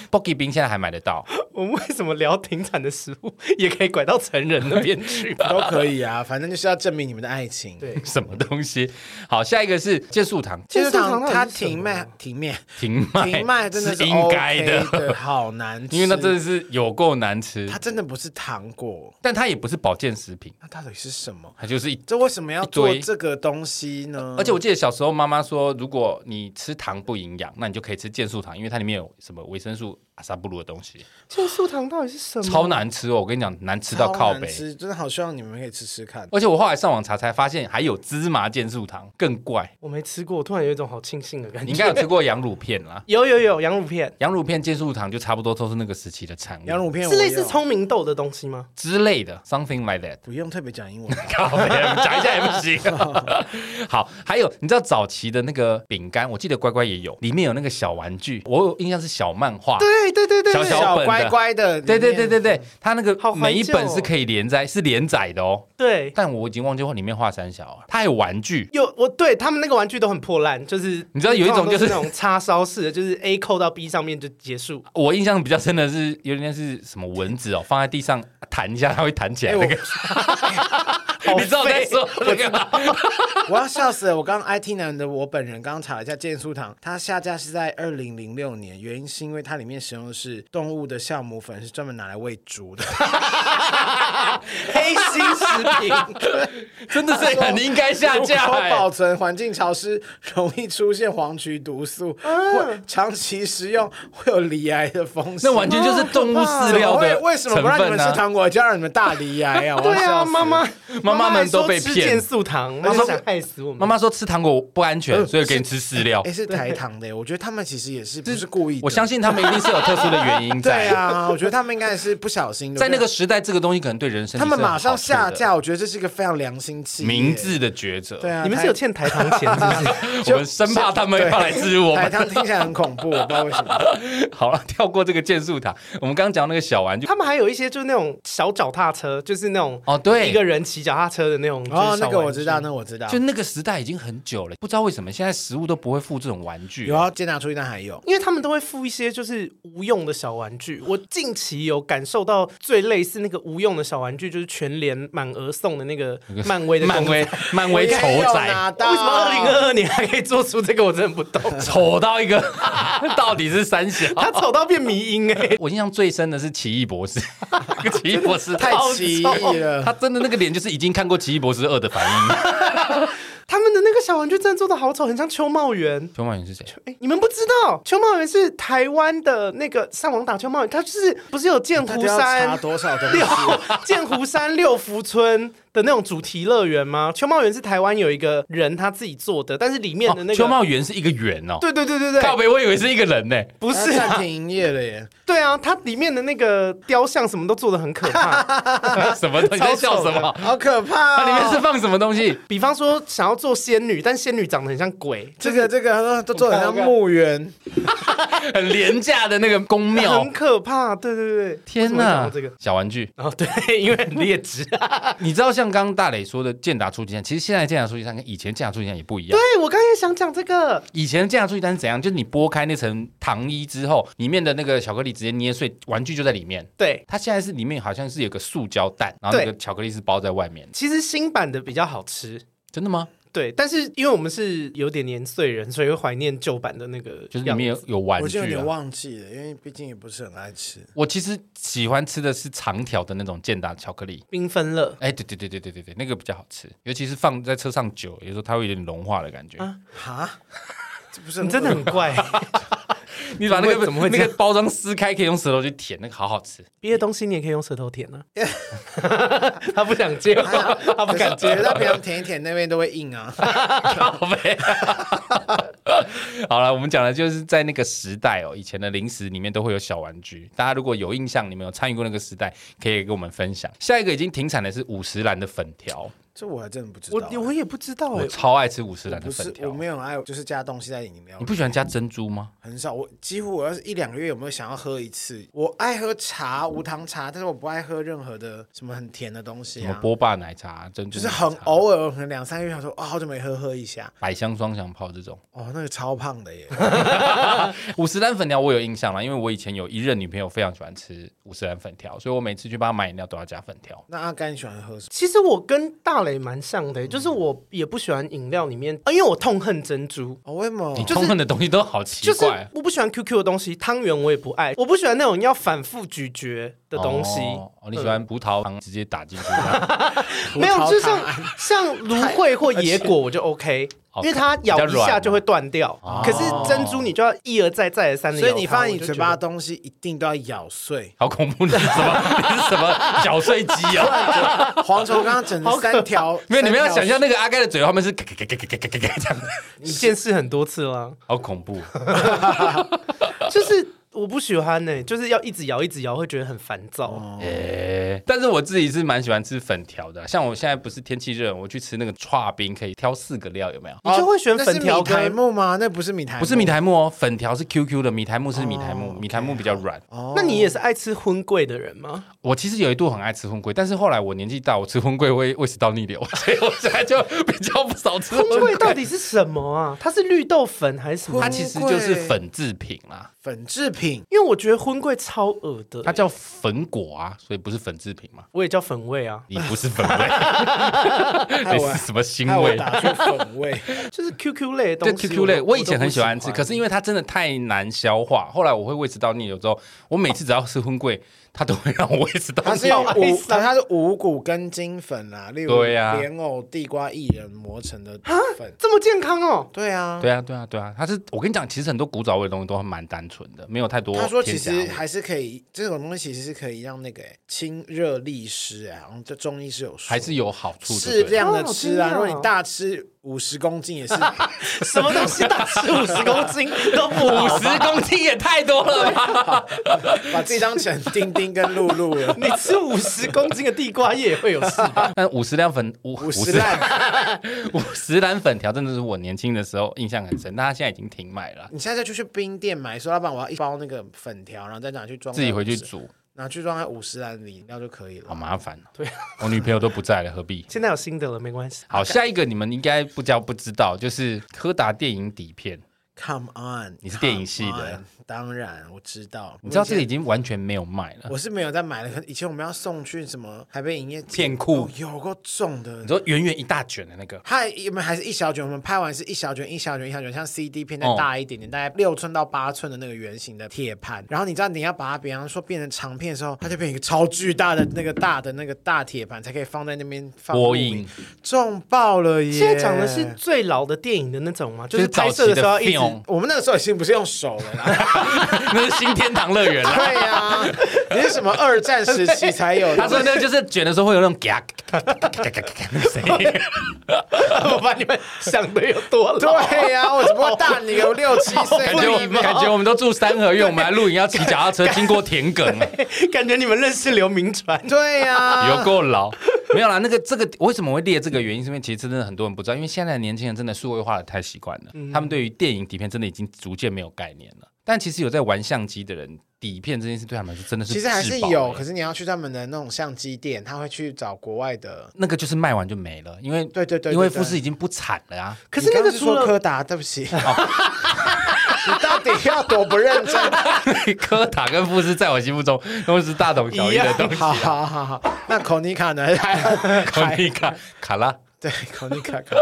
Speaker 1: boggy 冰现在还买得到，
Speaker 3: 我们为什么聊停产的食物 也可以拐到成人那边去？
Speaker 2: 都可以啊，反正就是要证明你们的爱情。
Speaker 3: 对
Speaker 1: 什么东西？好，下一个是健素堂
Speaker 2: 其实
Speaker 3: 健身
Speaker 2: 堂
Speaker 3: 房
Speaker 2: 它
Speaker 3: 到底是什
Speaker 2: 停
Speaker 3: 么
Speaker 2: 卖，停卖，
Speaker 1: 停卖，
Speaker 2: 停卖真的
Speaker 1: 是
Speaker 2: 是
Speaker 1: 应该
Speaker 2: OK 的，好难吃。
Speaker 1: 因为那真的是有够难吃
Speaker 2: 它，真的不是糖果，
Speaker 1: 但它也不是保健食品，
Speaker 2: 那到底是什么？
Speaker 1: 它就是一。
Speaker 2: 这为什么要
Speaker 1: 一
Speaker 2: 做
Speaker 1: 堆
Speaker 2: 这个东西呢？
Speaker 1: 而且我记得小时候妈妈说，如果你吃糖不营养，那你就可以吃健素糖，因为它里面有什么维生素、阿萨布鲁的东西，
Speaker 3: 健素糖到底是什么？啊
Speaker 1: 超难吃哦！我跟你讲，难吃
Speaker 2: 吃
Speaker 1: 到靠背。
Speaker 2: 吃真的好希望你们可以吃吃看。
Speaker 1: 而且我后来上网查才发现，还有芝麻健素糖，更怪。
Speaker 3: 我没吃过，我突然有一种好庆幸的感
Speaker 1: 你
Speaker 3: 觉。，
Speaker 1: 应该有吃过羊乳片啦
Speaker 3: 有有有羊乳片，
Speaker 1: 羊乳片、健素糖就差不多都是那个时期的产
Speaker 2: 羊
Speaker 1: 物
Speaker 2: 乳片
Speaker 3: 是类
Speaker 2: 我
Speaker 3: 似
Speaker 2: 有
Speaker 3: 聪明豆的东西吗？
Speaker 1: 之类的，something like that。
Speaker 2: 不用特别讲英文吧，
Speaker 1: 靠北，讲一下也不行。 好，还有你知道早期的那个饼干，我记得乖乖也有，里面有那个小玩具，我有印象是小漫画。
Speaker 3: 对对对对
Speaker 1: 小
Speaker 3: 对，
Speaker 1: 小本的
Speaker 2: 乖乖的里面，
Speaker 1: 对对对对对，它那
Speaker 3: 好
Speaker 1: 个
Speaker 3: 怀
Speaker 1: 每一
Speaker 3: 旧
Speaker 1: 本
Speaker 3: 哦
Speaker 1: 是可以连载，是连载的哦。
Speaker 3: 对，
Speaker 1: 但我已经忘记里面画三小啊，它还有玩具，
Speaker 3: 有我对他们那个玩具都很破烂，就是
Speaker 1: 你知道有一种就是
Speaker 3: 通常都那种叉烧式的，就是 A 扣到 B 上面就结束。
Speaker 1: 我印象比较深的是有点像是什么蚊子哦，放在地上弹一下，它会弹起来
Speaker 2: 哎我
Speaker 1: 那个。你知道我在说那个吗？
Speaker 2: 我要笑死了！我刚 IT 男的我本人刚查了一下健素堂，它下架是在二零零六年，原因是因为它里面使用的是动物的酵母粉，是专门拿来喂 猪的。
Speaker 3: 黑心食品，
Speaker 1: 真的是很应该下架、
Speaker 2: 说
Speaker 1: 哎
Speaker 2: 保存环境潮湿，容易出现黄曲毒素，
Speaker 1: 啊
Speaker 2: 或长期食用会有离癌的风险。
Speaker 1: 那完全就是动物饲料的
Speaker 2: 为为什么不让你
Speaker 1: 成
Speaker 2: 们
Speaker 1: 分啊
Speaker 2: 吃糖果，就让你们大离癌 啊？
Speaker 3: 对啊，
Speaker 2: 啊，
Speaker 3: 妈妈
Speaker 1: 妈妈们都被
Speaker 3: 还说吃
Speaker 1: 骗
Speaker 3: 健素糖，妈妈想害死我们。
Speaker 1: 妈妈说吃糖果不安全，
Speaker 2: 呃
Speaker 1: 所以给你吃饲料
Speaker 2: 哎、。是台糖的耶，我觉得他们其实也是不是故意的。
Speaker 1: 哦我相信他们一定是有特殊的原因在。
Speaker 2: 对啊，我觉得他们应该也是不小心的。
Speaker 1: 在那
Speaker 2: 我
Speaker 1: 个
Speaker 2: 觉
Speaker 1: 时代，这个东西可能对人
Speaker 2: 得
Speaker 1: 生
Speaker 2: 他们马上
Speaker 1: 是有好
Speaker 2: 下
Speaker 1: 处的
Speaker 2: 架，我觉得这是一个非常良心企业
Speaker 1: 明。智的抉择。
Speaker 2: 对啊，
Speaker 3: 你们是有欠台糖钱是不 是？
Speaker 1: 我们生怕他们要来植入我
Speaker 2: 台
Speaker 1: 们。
Speaker 2: 糖听起来很恐怖，我不知道 为什么。
Speaker 1: 好了，跳过这个剑术塔，我们刚刚讲那个小玩具。
Speaker 3: 他们还有一些就是那种小脚踏车，就是那种
Speaker 1: 哦，对
Speaker 3: 一，个人骑脚踏车的那种。
Speaker 2: 哦，
Speaker 3: 就是小
Speaker 2: 那个我
Speaker 3: 玩具
Speaker 2: 知道，。那个我知道
Speaker 1: 就。那个时代已经很久了，不知道为什么现在食物都不会附这种玩具。
Speaker 2: 有啊，健达出一蛋还有。
Speaker 3: 因为他们都会附一些就是无用的小玩具。我近期有感受到最类似那个无用的小玩具，就是全联满额送的那个漫威的公
Speaker 1: 漫
Speaker 3: 仔
Speaker 1: 威，漫威
Speaker 2: 应
Speaker 1: 丑
Speaker 2: 该有
Speaker 1: 仔，
Speaker 2: 拿到
Speaker 3: 为什么二零
Speaker 2: 哦
Speaker 3: 二二年还可以做出这个？我真的不懂。
Speaker 1: 丑到一个，到底是三 小？
Speaker 3: 他丑到变迷 音哎、
Speaker 1: 我印象最深的是奇异 博士，奇异博士
Speaker 2: 太
Speaker 1: 超
Speaker 2: 奇
Speaker 1: 丑
Speaker 2: 异了
Speaker 1: 他真的那个脸就是已经看过《奇异博士二》的反应。
Speaker 3: 他们的那个小玩具真的做的好丑，很像秋茂园。
Speaker 1: 熊猫人是谁？
Speaker 3: 哎、你们不知道，秋茂园是台湾的那个上网打秋茂园，它就是不是有剑
Speaker 2: 他
Speaker 3: 湖
Speaker 2: 就要查
Speaker 3: 山
Speaker 2: 多少东西
Speaker 3: 六？剑湖山六福村的那种主题乐园吗？秋茂园是台湾有一个人他自己做的，但是里面的那
Speaker 1: 哦
Speaker 3: 个、
Speaker 1: 秋茂园是一个圆哦，
Speaker 3: 对对对对对，
Speaker 1: 靠北，我以为是一个人 呢。
Speaker 3: 不
Speaker 2: 他
Speaker 3: 是、
Speaker 2: 暂
Speaker 3: 啊，
Speaker 2: 停营业了耶！
Speaker 3: 对啊，它里面的那个雕像什么都做的很可怕。
Speaker 1: 什么？你在笑什么？
Speaker 2: 好可怕、
Speaker 1: 它
Speaker 2: 哦！
Speaker 1: 啊里面是放什么东 西？
Speaker 3: 比方说想要做仙女，但仙女长得很像鬼，
Speaker 2: 这个这个都做的像墓园，
Speaker 1: 很廉价的那个公庙
Speaker 3: 很。可怕。对对对，
Speaker 1: 天
Speaker 3: 哪，
Speaker 1: 哪！
Speaker 3: 这个。啊
Speaker 1: 小玩具，
Speaker 3: 哦，对，因 为很劣 质。
Speaker 1: 你知道像刚刚大磊说的健达出奇蛋，其实现在的健达出奇蛋跟以前健达出奇蛋也不一样。
Speaker 3: 对，我刚才也想讲这个，
Speaker 1: 以前的健达出奇蛋是怎样？就是你剥开那层糖衣之后，里面的那个巧克力直接捏碎，玩具就在里面。
Speaker 3: 对，
Speaker 1: 它现在是里面好像是有个塑胶蛋，然后那个巧克力是包在外面的。
Speaker 3: 其实新版的比较好吃。
Speaker 1: 真的吗？
Speaker 3: 对，但是因为我们是有点年岁人，所以会怀念旧版的那个
Speaker 1: 就是里
Speaker 3: 样
Speaker 1: 面
Speaker 3: 子
Speaker 1: 有有玩
Speaker 2: 我就有
Speaker 1: 具、
Speaker 2: 点
Speaker 1: 啊。
Speaker 2: 忘记了，因为毕竟也不是很爱吃。
Speaker 1: 我其实喜欢吃的是长条的那种健达巧克力。
Speaker 3: 缤纷乐。
Speaker 1: 哎，对对对对对对对，那个比较好吃，尤其是放在车上久，有时候它会有点融化的感觉。
Speaker 3: 啊
Speaker 2: 哈，这不是
Speaker 3: 你真的很怪，
Speaker 1: 你把那个
Speaker 3: 怎么会这
Speaker 1: 那
Speaker 3: 样
Speaker 1: 个包装撕开，可以用舌头去舔，那个好好 吃。
Speaker 3: 别的东西你也可以用舌头舔啊。他不想接 话，他不敢
Speaker 2: 感
Speaker 3: 接
Speaker 2: 觉到别人舔一舔那边都会硬 啊。
Speaker 1: 靠背。好了，我们讲的就是在那个时代哦，以前的零食里面都会有小玩具。大家如果有印象，你们有参与过那个时代，可以跟我们分享。下一个已经停产的是五十岚的粉条，
Speaker 2: 这我还真的不知道
Speaker 3: 我，我也不知道哎
Speaker 1: 我，超爱吃五十岚的
Speaker 2: 不
Speaker 1: 粉
Speaker 2: 是
Speaker 1: 条
Speaker 2: 哦我。没有很爱，就是加东西在饮料
Speaker 1: 你。不喜欢加珍珠吗？
Speaker 2: 很少，我几乎我要是一两个月有没有想要喝一次？我爱喝茶，无糖茶，但是我不爱喝任何的什么很甜的东西
Speaker 1: 什么
Speaker 2: 啊，
Speaker 1: 波霸奶茶、珍珠
Speaker 2: 就
Speaker 1: 奶
Speaker 2: 是
Speaker 1: 茶，
Speaker 2: 很哦偶尔，可能两三个月想说，哦，好久没喝，喝一下。
Speaker 1: 百香双响炮这种。
Speaker 2: 哦，那个超胖 的耶，
Speaker 1: 五十岚粉条我有印象啦，因为我以前有一任女朋友非常喜欢吃五十岚粉条，所以我每次去帮她买饮料都要加粉条。
Speaker 2: 那阿甘你喜欢喝什么？
Speaker 3: 其实我跟大雷蛮像
Speaker 2: 嗯
Speaker 3: 的，欸就是我也不喜欢饮料里面，啊因为我痛恨珍珠。
Speaker 2: 哦，为什么
Speaker 1: 你？痛恨的东西都好奇
Speaker 3: 就是
Speaker 1: 怪。啊
Speaker 3: 我不喜欢 QQ 的东西，汤圆我也不爱，我不喜欢那种要反复咀嚼的东西。嗯
Speaker 1: 哦，哦你喜欢葡萄糖直接打进去这样，
Speaker 3: 没有，
Speaker 2: 葡
Speaker 3: 就
Speaker 2: 萄糖
Speaker 3: 像 像芦荟或野果，我就 OK，
Speaker 1: 哦
Speaker 3: 因为它咬
Speaker 1: 比较
Speaker 3: 一
Speaker 1: 软
Speaker 3: 下
Speaker 1: 嘛。
Speaker 3: 就会断掉。可是珍珠你就要一而再再而三的，
Speaker 2: 哦所以你放在你嘴巴的，东西一定都要咬碎
Speaker 1: 好恐怖！你是什么？你是什么绞碎机啊？
Speaker 2: 蝗虫刚 刚整了三条，
Speaker 1: 没有，你们要
Speaker 2: 三
Speaker 1: 想
Speaker 2: 条
Speaker 1: 象那个阿盖的嘴，后面是嘎嘎嘎嘎嘎嘎嘎嘎这样，
Speaker 3: 你见识很多次了，
Speaker 1: 好恐怖。
Speaker 3: 就是我不喜欢呢、就是要一直咬一直咬，会觉得很烦躁。
Speaker 1: 哎，但是我自己是蛮喜欢吃粉条的，啊像我现在不是天气热，我去吃那个串冰，可以挑四个料，有没有？
Speaker 3: 你就会选
Speaker 1: 啊
Speaker 3: 粉条
Speaker 2: 啊那是米苔
Speaker 3: 跟。
Speaker 2: 木吗？那不是米苔木，
Speaker 1: 不是米苔木哦，粉条是 QQ 的，米苔木是米苔木，米苔木比较软。
Speaker 2: 哦。
Speaker 3: 那你也是爱吃荤贵的人吗？
Speaker 1: 我其实有一度很爱吃荤桂，但是后来我年纪大，我吃荤桂会胃食道逆流，所以我现在就比较不少吃
Speaker 3: 荤
Speaker 1: 荤
Speaker 3: 贵
Speaker 1: 桂。
Speaker 3: 到底是什么啊？它是绿豆粉还是什么
Speaker 1: 它？其实就是粉制品啦。
Speaker 2: 粉制品，
Speaker 3: 因为我觉得荤贵超恶的、
Speaker 1: 它叫粉果啊，所以不是粉制品嘛。
Speaker 3: 我也叫粉味啊，
Speaker 1: 你不是粉 味，
Speaker 2: 害
Speaker 1: 你
Speaker 2: 我
Speaker 1: 是什么腥
Speaker 2: 害我
Speaker 1: 哎味？
Speaker 2: 啊打出粉 味。
Speaker 3: 就是 QQ 类的
Speaker 1: 对
Speaker 3: 东西。
Speaker 1: QQ 类，
Speaker 3: 我都
Speaker 1: 我以前很喜欢吃，可是因
Speaker 3: 为
Speaker 1: 为它真的太难消化，后来我会胃食道逆流之后，我每次只要吃荤桂，它都会让我胃食道
Speaker 2: 它
Speaker 1: 逆
Speaker 2: 是
Speaker 1: 流。
Speaker 2: 用五，它是五谷跟精粉啊，例如
Speaker 1: 对啊
Speaker 2: 莲藕、地瓜、薏仁磨成的粉。
Speaker 3: 这么健康哦。
Speaker 2: 对啊，
Speaker 1: 对啊，对啊，对啊，它是我跟你讲，其实很多古早味的东西都蛮单纯的，没有太多
Speaker 2: 他说其
Speaker 1: 添加
Speaker 2: 实
Speaker 1: 物。
Speaker 2: 还是可以，这种东西其实是可以让那个欸清热利湿啊，然后这中医是有说
Speaker 1: 还是有好处就对
Speaker 2: 适
Speaker 1: 了，
Speaker 2: 量的
Speaker 3: 哦
Speaker 2: 吃
Speaker 3: 真的
Speaker 2: 啊，
Speaker 3: 哦
Speaker 2: 如果你大吃五十公斤也是
Speaker 3: 什么东西大吃五十公 斤都不
Speaker 1: 五
Speaker 3: 好。
Speaker 1: 十公斤也太多了吧？
Speaker 2: 把自己当成丁丁跟露露了
Speaker 3: 你吃五十公斤的地瓜叶也会有事吧？
Speaker 1: 但五十两粉五
Speaker 2: 五
Speaker 1: 五
Speaker 2: 十
Speaker 1: 十
Speaker 2: 烂，
Speaker 1: 五十兰粉条真的是我年轻的时候印象很深，但它现在已经停卖了，
Speaker 2: 你现在就去冰店买，说老板我要一包那个粉条，然后再拿去装在
Speaker 1: 自己回去
Speaker 2: 50，
Speaker 1: 煮，
Speaker 2: 拿去装在五十兰里饮料就可以
Speaker 1: 好
Speaker 2: 了。
Speaker 1: 麻烦、哦
Speaker 3: 对，
Speaker 1: 我女朋友都不在了，何必？
Speaker 3: 现在有新的了，没关系。
Speaker 1: 好，下一个你们应该不叫不知道，就是柯达电影底片，
Speaker 2: Come on，
Speaker 1: 你是电影系的
Speaker 2: come on，当然我知道。
Speaker 1: 你知道
Speaker 2: 我以前
Speaker 1: 这个已经完全没有卖了。
Speaker 2: 我是没有在买的，可能以前我们要送去什么台北营业节
Speaker 1: 片库
Speaker 2: 哦有够重的
Speaker 1: 你。说圆圆一大卷的那个，
Speaker 2: 它我们还是一小卷，我们拍完是一小卷一小卷一小卷，像 CD 片再
Speaker 1: 哦
Speaker 2: 大一点点，大概六寸到八寸的那个圆形的铁盘。然后你知道你要把它，比方说变成长片的时候，它就变成一个超巨大的那个大的那个大铁盘，才可以放在那边放
Speaker 1: 播
Speaker 2: 录
Speaker 1: 音
Speaker 2: 影，重爆了耶！
Speaker 3: 现在讲的是最老的电影的那种吗？
Speaker 1: 就
Speaker 3: 就
Speaker 1: 是是
Speaker 3: 拍
Speaker 1: 早
Speaker 3: 摄
Speaker 1: 期
Speaker 3: 的时候要
Speaker 1: 的
Speaker 3: 一直
Speaker 1: film，
Speaker 2: 我们那个时候已经不是用手了啦，
Speaker 1: 那是新天堂乐园啊 啦。
Speaker 2: 对呀、你是什么二战时期才有的？
Speaker 1: 他说那个就是卷的时候会有那种 嘎嘎嘎嘎嘎嘎嘎那个声音，
Speaker 3: 我把你们想的有多老。
Speaker 2: 对呀、我只不过大你有六七岁，
Speaker 1: 感觉我
Speaker 2: 对
Speaker 1: 们
Speaker 2: 吧
Speaker 1: 感觉我们都住三合院，我们来露营要骑脚踏车经过田埂，
Speaker 3: 感觉你们认识刘铭传，
Speaker 2: 对呀、
Speaker 1: 有够 老。没有啦，那个这个我为什么会列这个原因？是因为其实真的很多人不知道，因
Speaker 2: 嗯
Speaker 1: 为现在的年轻人真的数位化的太习惯了，他们对于电影底片真的已经逐渐没有概念了。但其实有在玩相机的人，底片这件事对他们来说真的是
Speaker 2: 其实还是
Speaker 1: 至宝
Speaker 2: 有，
Speaker 1: 欸
Speaker 2: 可是你要去他们的那种相机店，他会去找国外的。
Speaker 1: 那个就是卖完就没了，因为
Speaker 2: 对对对对
Speaker 1: 因为
Speaker 2: 对
Speaker 1: 富士已经不产了啊。
Speaker 3: 可是那
Speaker 2: 你刚
Speaker 3: 个
Speaker 2: 刚
Speaker 3: 除
Speaker 2: 说
Speaker 3: 了哦
Speaker 2: 柯达，对不起， 你到底要多不认 真？
Speaker 3: 啊
Speaker 1: 柯达跟富士在我心目中都是大同小异的东西
Speaker 2: 好
Speaker 1: 啊。
Speaker 2: 好好好，那孔尼卡呢？ 还
Speaker 1: 卡尼卡卡拉，
Speaker 2: 对，孔尼卡卡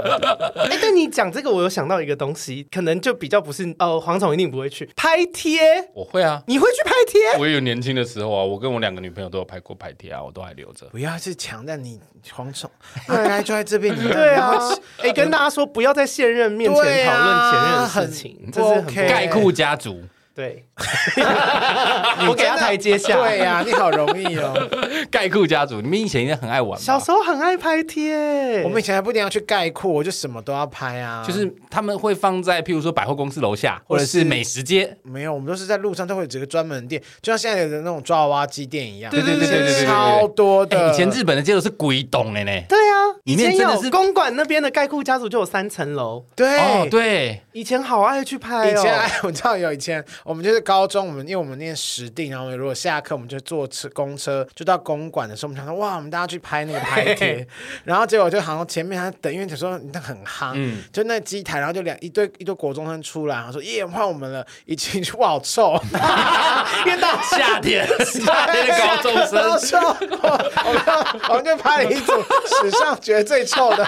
Speaker 3: 哎、但你讲这个，我有想到一个东西，可能就比较不是哦，黄总一定不会去拍贴，
Speaker 1: 我会啊。
Speaker 3: 你会去拍贴？
Speaker 1: 我也有年轻的时候啊，我跟我两个女朋友都有拍过拍贴啊，我都还留着。
Speaker 2: 不要去抢占你蝗虫，他来就在这边，你
Speaker 3: 对啊，哎、跟大家说，不要在现任面前
Speaker 2: 对
Speaker 3: 讨
Speaker 2: 啊
Speaker 3: 论前任的事情，
Speaker 2: 很
Speaker 3: 这啊是很
Speaker 2: 不
Speaker 3: 不
Speaker 2: OK
Speaker 1: 盖库家族，
Speaker 3: 对。 我给他台阶 下。
Speaker 2: 对呀、你好容易 哦。
Speaker 1: 盖库家族，你们以前应该很爱玩吧。
Speaker 3: 小时候很爱拍贴，
Speaker 2: 我们以前还不一定要去概括，我就什么都要拍啊。
Speaker 1: 就是他们会放在譬如说百货公司楼下，或者是美食街，
Speaker 2: 没有，我们都是在路上都会有几个专门店，就像现在有的那种抓娃娃机店一样。
Speaker 3: 对对对对对对对
Speaker 2: 超多的。
Speaker 1: 哎以前日本的街都是鬼懂的呢。
Speaker 3: 对啊，
Speaker 1: 里
Speaker 3: 以
Speaker 1: 面
Speaker 3: 前
Speaker 1: 真的
Speaker 3: 有
Speaker 1: 是
Speaker 3: 公馆那边的盖库家族就有三层楼，
Speaker 2: 对、
Speaker 1: 哦，对，
Speaker 3: 以前好爱去拍
Speaker 2: 以前
Speaker 3: 哦。
Speaker 2: 哎，我知道有以前，我们就是高中，我们因为我们念实定，然后我们如果下课，我们就坐车公车就到公馆的时候，我们想说哇，我们大家去拍那个拍贴，然后结果就好像前面还等，因为他说那很夯，
Speaker 3: 嗯
Speaker 2: 就那机台，然后就两一堆一堆国中生出来，然后说耶换我们了，一进去哇好 臭，因为大家。
Speaker 1: 夏天，夏天的高中
Speaker 2: 都
Speaker 1: 生，
Speaker 2: 臭，我我们我们就拍了一组史上觉得最臭的，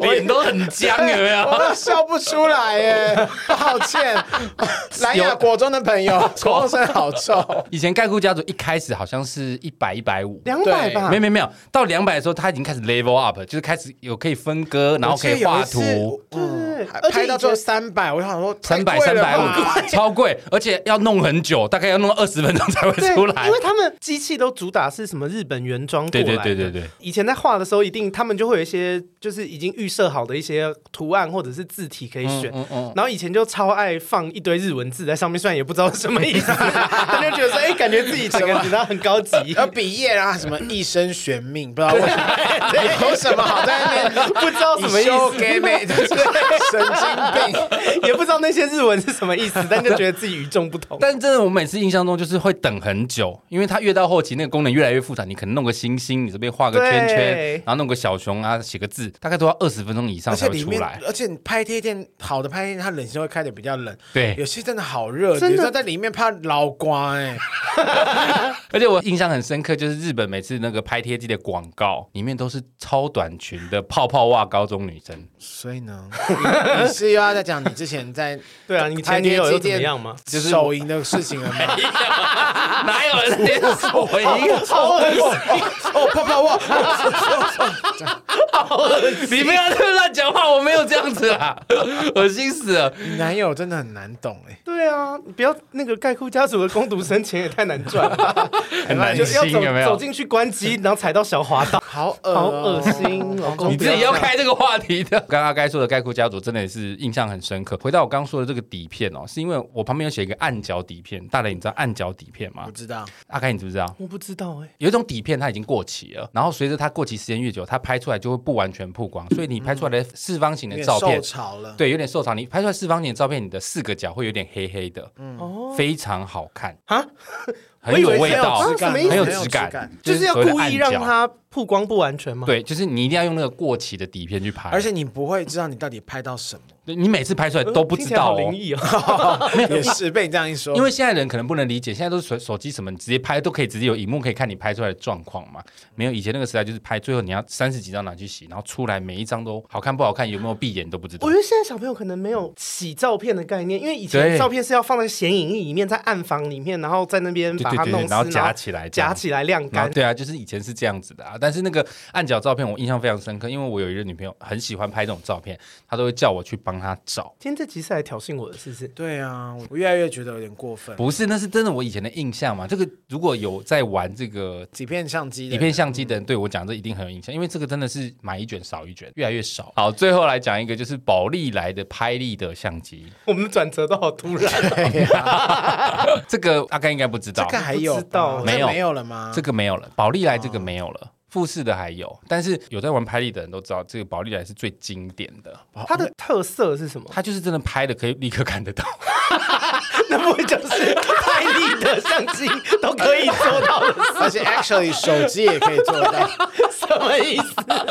Speaker 1: 脸都很僵，有没
Speaker 2: 我
Speaker 1: 有？
Speaker 2: 都笑不出来耶，抱歉，蓝雅国中的朋友，国中生好臭，
Speaker 1: 以前盖库家族一开始好像是一百一百五。
Speaker 3: 两百吧，
Speaker 1: 没有没有没有，到两百的时候，他已经开始 level up，就是开始有可以分割，然后可以画图，
Speaker 2: 我记得有一次，
Speaker 3: 对
Speaker 2: 嗯
Speaker 3: 而且
Speaker 2: 拍到最后
Speaker 3: 以
Speaker 2: 三百，我就想说
Speaker 1: 三百
Speaker 2: 太
Speaker 1: 三
Speaker 2: 贵了
Speaker 1: 百
Speaker 2: 吧
Speaker 1: 五，超贵，而且要弄很久，大概要弄二十分钟才会
Speaker 3: 对，
Speaker 1: 出来
Speaker 3: 因。为他们机器都主打是什么日本原装过
Speaker 1: 对
Speaker 3: 来
Speaker 1: 对
Speaker 3: 的。
Speaker 1: 对对对，
Speaker 3: 以前在画的时候，一定他们就会有一些就是已经预设好的一些图案或者是字体可以选。
Speaker 1: 嗯嗯，
Speaker 3: 然后以前就超爱放一堆日文字在上面，虽然也不知道是什么意思， 但就觉得说，哎、感觉自己整个人很高级。
Speaker 2: 要毕业然后什么一生悬命，不知道为 什么， 有什么好在那边
Speaker 3: 不知道什么意思，
Speaker 2: 给 妹就是神经病。
Speaker 3: 也不知道那些日文是什么意思，但就觉得自己与众不同。
Speaker 1: 但真的，我每次印象中就是会等很久，因为它越到后期，那个功能越来越复杂。你可能弄个星星，你这边画个圈圈
Speaker 3: 对，
Speaker 1: 然后弄个小熊啊，写个字，大概都要二十分钟以上
Speaker 2: 而
Speaker 1: 才
Speaker 2: 且
Speaker 1: 会
Speaker 2: 里
Speaker 1: 出
Speaker 2: 面
Speaker 1: 来。，
Speaker 2: 而且你拍贴店好的拍贴店，它冷气会开的比较冷。有
Speaker 1: 对，
Speaker 2: 些真的好热，
Speaker 3: 真的
Speaker 2: 有时候在里面怕老瓜哎、
Speaker 1: 而且我印象很深刻，就是日本每次那个拍贴机的广告里面都是超短裙的泡泡袜高中女 生，
Speaker 2: 所以呢，你你是又要再讲你之前在
Speaker 3: 对啊，你前女友又怎么样吗？
Speaker 1: 就是
Speaker 2: 手淫的事情了吗？
Speaker 1: 啊哪有人接受回 应？
Speaker 3: 好恶心，
Speaker 2: 哦，泡泡袜，
Speaker 1: 你不要在那乱讲话，我没有这样子啦， 恶心死了。
Speaker 2: 你男友真的很难懂哎、
Speaker 3: 对啊，你不要那个盖库家族的攻读生钱也太难赚了，
Speaker 1: 很难
Speaker 3: 哎就要
Speaker 1: 心有没
Speaker 3: 走走
Speaker 1: 有？
Speaker 3: 进去关 机，然后踩到小滑道，
Speaker 2: 哎好恶、 哦
Speaker 3: 好恶心老公
Speaker 1: 你自己要
Speaker 2: 看。
Speaker 1: 开这个话题的。 刚刚该说的盖库家族真的也是印象很深刻。回到我刚刚说的这个底片哦，是因为我旁边有写一个暗角底片，大雷你知道暗角底片吗
Speaker 2: 我？知道，
Speaker 1: 阿开你知不知道？
Speaker 3: 我不知道哎、
Speaker 1: 有一种底片它已经过期了，然后随着它过期时间越久，它拍出来就会不完全曝光，所以你拍出来的四方形
Speaker 2: 有
Speaker 1: 的
Speaker 2: 点
Speaker 1: 照片
Speaker 2: 受，潮了。
Speaker 1: 对，有点受潮。你拍出来四方形的照片，你的四个角会有点黑黑的，
Speaker 3: 哦，
Speaker 1: 非常好看
Speaker 3: 啊，
Speaker 1: 很有
Speaker 2: 我以为
Speaker 1: 味道
Speaker 2: 很有，质感
Speaker 3: 什么意思
Speaker 1: 很有
Speaker 2: 很有
Speaker 1: 质
Speaker 2: 质
Speaker 1: 感
Speaker 2: 感，
Speaker 3: 就是要
Speaker 1: 所谓的
Speaker 3: 故意
Speaker 1: 暗
Speaker 3: 让
Speaker 1: 角。
Speaker 3: 它曝光不完全吗？，
Speaker 1: 对，就是你一定要用那个过期的底片去拍，
Speaker 2: 而且你不会知道你到底拍到 什么，
Speaker 1: 对你每次拍出
Speaker 3: 呃
Speaker 1: 来都不知道哦
Speaker 3: 灵。异哦。哦
Speaker 2: 也是被你这样一说，
Speaker 1: 因为现在人可能不能理解，现在都是手手机什么，你直接拍都可以，直接有荧幕可以看你拍出来的状况嘛。
Speaker 3: 嗯
Speaker 1: 没有以前那个时代，就是拍最后你要三十几张拿去洗，然后出来每一张都好看不好看，有没有闭眼都不知道
Speaker 3: 我觉。得现在小朋友可能没有洗照片的概念，因为以前
Speaker 1: 对
Speaker 3: 照片是要放在显影液里面，在暗房里面，然后在那边
Speaker 1: 对
Speaker 3: 把
Speaker 1: 对
Speaker 3: 它
Speaker 1: 对
Speaker 3: 弄
Speaker 1: 对，
Speaker 3: 湿，
Speaker 1: 然后夹起来，
Speaker 3: 夹起来晾
Speaker 1: 然后
Speaker 3: 干。
Speaker 1: 对啊，就是以前是这样子的啊，但是那个暗角照片我印象非常深刻，因为我有一个女朋友很喜欢拍这种照片，她都会叫我去帮她找。
Speaker 3: 今天这集是来挑衅我的，是不是？
Speaker 2: 对啊，我越来越觉得有点过分。
Speaker 1: 不是，那是真的我以前的印象嘛。这个如果有在玩这个
Speaker 2: 几片相机的
Speaker 1: 底片相机的人嗯对我讲这一定很有印象，因为这个真的是买一卷少一卷，越来越少。好，最后来讲一个就是宝丽来的拍立得相机，
Speaker 3: 我们的转折都好突然。
Speaker 2: 对啊
Speaker 1: 这个阿甘应该不知道，
Speaker 2: 这个还有
Speaker 3: 不知道
Speaker 2: 吧
Speaker 1: 没有
Speaker 2: 这没有了吗？
Speaker 1: 这个没有了，宝丽来这个没有
Speaker 2: 哦
Speaker 1: 了。富士的还有，但是有在玩拍立得的人都知道，这个宝丽来是最经典的，
Speaker 3: 它的特色是什么？
Speaker 1: 它就是真的拍的可以立刻看得到，
Speaker 3: 那不就是太厉的相机都可以做到的事？
Speaker 2: 而且 actually 手机也可以做到，
Speaker 3: 什么意思？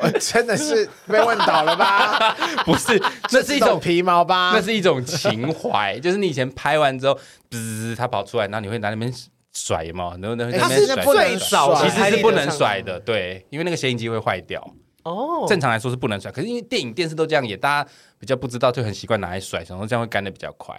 Speaker 2: 我真的是被问倒了吧？
Speaker 1: 不 是，那 是一
Speaker 2: 这
Speaker 1: 种
Speaker 2: 皮毛吧？
Speaker 1: 那是一种情怀，就是你以前拍完之后，滋，它跑出来，然后你会拿那边甩嘛，然后然后那
Speaker 2: 哎它
Speaker 1: 边
Speaker 2: 是
Speaker 1: 甩
Speaker 2: 不
Speaker 1: 出来。
Speaker 2: 能
Speaker 3: 最早
Speaker 2: 甩
Speaker 1: 其
Speaker 3: 拍
Speaker 1: 实
Speaker 3: 立
Speaker 1: 是
Speaker 3: 得
Speaker 1: 不能
Speaker 3: 上
Speaker 1: 甩的，对，因为那个显影机会坏掉。
Speaker 3: 哦。
Speaker 1: 正常来说是不能甩，可是因为电影电视都这样演，大家比较不知道，就很习惯拿来甩，想说这样会干的比较快。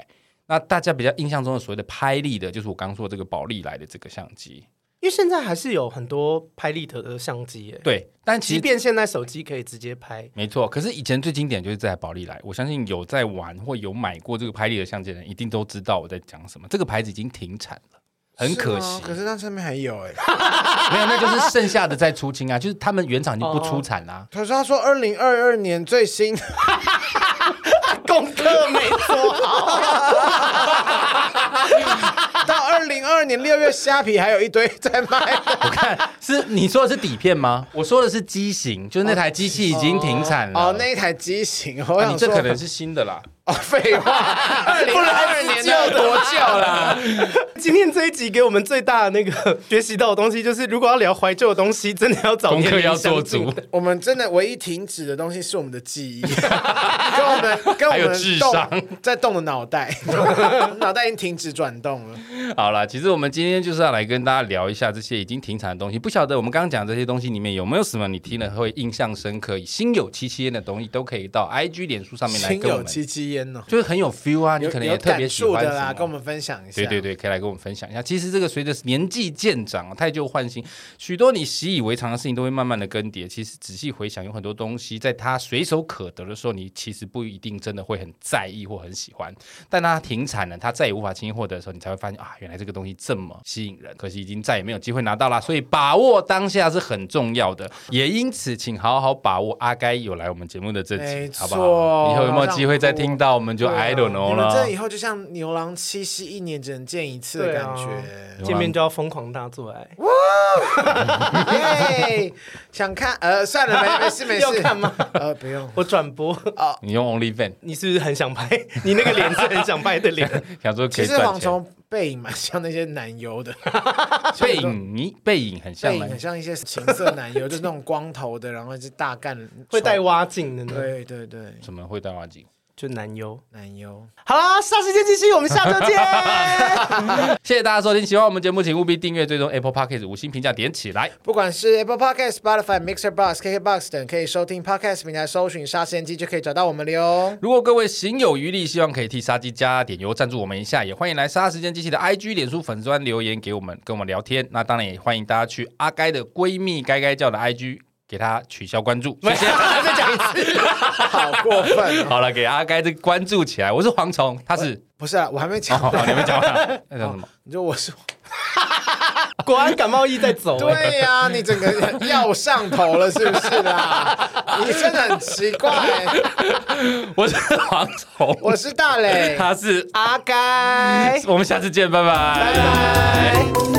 Speaker 1: 那大家比较印象中的所谓的拍立的，就是我刚说这个宝丽来的这个相机，
Speaker 3: 因为现在还是有很多拍立得的相机耶，
Speaker 1: 对。但其
Speaker 3: 即
Speaker 1: 实
Speaker 3: 便现在手机可以直接拍，
Speaker 1: 没错，可是以前最经典就是这台宝丽来，我相信有在玩或有买过这个拍立的相机的人，一定都知道我在讲什么。这个牌子已经停产了，很可
Speaker 2: 是
Speaker 1: 惜
Speaker 2: 吗。可是那上面还有哎、
Speaker 1: 没有，那就是剩下的在出清 啊，就是他们原厂已经不
Speaker 2: 哦
Speaker 1: 出产啦、
Speaker 2: 可是他说二零二二年最新，
Speaker 3: 功课没做好，
Speaker 2: 到二零二二年六月，虾皮还有一堆在卖。
Speaker 1: 我看是你说的是底片吗？我说的是机型，就是那台机器已经停产了。
Speaker 2: 哦，那一台机型，我
Speaker 1: 啊
Speaker 2: 想
Speaker 1: 你这
Speaker 2: 说
Speaker 1: 可能是新的啦，
Speaker 2: 哦，废话，二零二二年
Speaker 1: 旧
Speaker 2: 的
Speaker 1: 多旧 啦。
Speaker 3: 今天这一集给我们最大的那个学习到的东西，就是如果要聊怀旧的东西，真的要找
Speaker 1: 功
Speaker 3: 年
Speaker 1: 课
Speaker 3: 龄
Speaker 1: 要做
Speaker 3: 相 近
Speaker 1: 足
Speaker 3: 的。
Speaker 2: 我们真的唯一停止的东西是我们的 记忆，跟我们跟我
Speaker 1: 还有
Speaker 2: 们
Speaker 1: 智
Speaker 2: 动
Speaker 1: 商
Speaker 2: 在动的脑袋， 脑袋已经停止转动了。
Speaker 1: 好啦，其实我们今天就是要来跟大家聊一下这些已经停产的东西。不晓得我们刚刚讲这些东西里面有没有什么你听了会印象深刻、心有戚戚焉的东西，都可以到 IG、脸书上面来
Speaker 2: 心
Speaker 1: 跟我
Speaker 2: 有
Speaker 1: 们，
Speaker 2: 戚戚焉哦，
Speaker 1: 就是很有 feel 啊，你
Speaker 2: 有
Speaker 1: 可能
Speaker 2: 有
Speaker 1: 也特别
Speaker 2: 感
Speaker 1: 喜
Speaker 2: 触
Speaker 1: 欢
Speaker 2: 的
Speaker 1: 什
Speaker 2: 啦，
Speaker 1: 么啊
Speaker 2: 跟我们分享一下。
Speaker 1: 对对对，可以来跟我们分享一下。其实这个随着年纪渐长，太旧换新，许多你习以为常的事情都会慢慢的更迭。其实仔细回想，有很多东西在它随手可得的时候，你其实不一定真的会很在意或很喜欢。但它停产了，它再也无法轻易获得的时候，你才会发现啊，原来这个东西这么吸引人，可惜已经再也没有机会拿到啦。所以把握当下是很重要的，也因此，请好好把握阿该有来我们节目的这
Speaker 2: 没
Speaker 1: 集，好
Speaker 2: 错
Speaker 1: 不好？以后有没有机会再
Speaker 2: 让我
Speaker 1: 听到，我们就
Speaker 2: 对啊
Speaker 1: I don't know
Speaker 2: 你们这
Speaker 1: 了
Speaker 2: 以。后就像牛郎七夕，一年只能见一次的
Speaker 3: 对
Speaker 2: 感
Speaker 3: 啊
Speaker 2: 觉。
Speaker 3: 见面就要疯狂大做爱，
Speaker 2: 耶，想看？呃，算了，没没事没事。
Speaker 3: 要看吗？
Speaker 2: 呃，不用。
Speaker 3: 我转播。
Speaker 1: 你用 OnlyFan。
Speaker 3: 你是不是很想拍？ 你那个脸是很想拍的脸。
Speaker 1: 想说可
Speaker 2: 其
Speaker 1: 以
Speaker 2: 实
Speaker 1: 赚
Speaker 2: 蝗
Speaker 1: 钱。
Speaker 2: 虫背影蛮像那些男优的，
Speaker 1: 背影，你背影很 像
Speaker 2: 背影
Speaker 1: 吗？
Speaker 2: 很像一些情色男优，就是那种光头的，然后是大干，
Speaker 3: 会带。蛙镜的呢，
Speaker 2: 对对对，
Speaker 1: 怎么会戴挖镜？
Speaker 3: 就男优。
Speaker 2: 男优。
Speaker 3: 好啦，下时间继续，我们下周见。
Speaker 1: 谢谢大家收听，喜欢我们节目，请务必订阅、追踪 Apple Podcast 五星评价点起来。
Speaker 2: 不管是 Apple Podcast、Spotify、Mixer Box、KKBox 等可以收听 Podcast 平台，搜寻“杀时间机”就可以找到我们了哟。
Speaker 1: 如果各位行有余力，希望可以替杀鸡加点油赞助我们一下，也欢迎来杀时间机器的 IG、脸书粉专留言给我们，跟我们聊天。那当然也欢迎大家去阿该的闺蜜该该叫的 IG 给她取消关注。谢谢。
Speaker 3: 再讲一次，
Speaker 2: 好过分、哦！
Speaker 1: 好了，给阿该这个关注起来。我是蝗虫，他是
Speaker 2: 不是啊，我还没
Speaker 1: 哦，
Speaker 2: 讲
Speaker 1: 好，你们讲完了， 那叫什么？
Speaker 2: 你说我是
Speaker 3: 果然感冒疫在走、欸。
Speaker 2: 对啊呀、你整个要上头了是不是 啦？你真的很奇怪、
Speaker 1: 我是蝗虫，
Speaker 2: 我是大磊，
Speaker 1: 他是。哎
Speaker 3: 阿该。
Speaker 1: 我们下次见，拜拜
Speaker 2: 拜拜。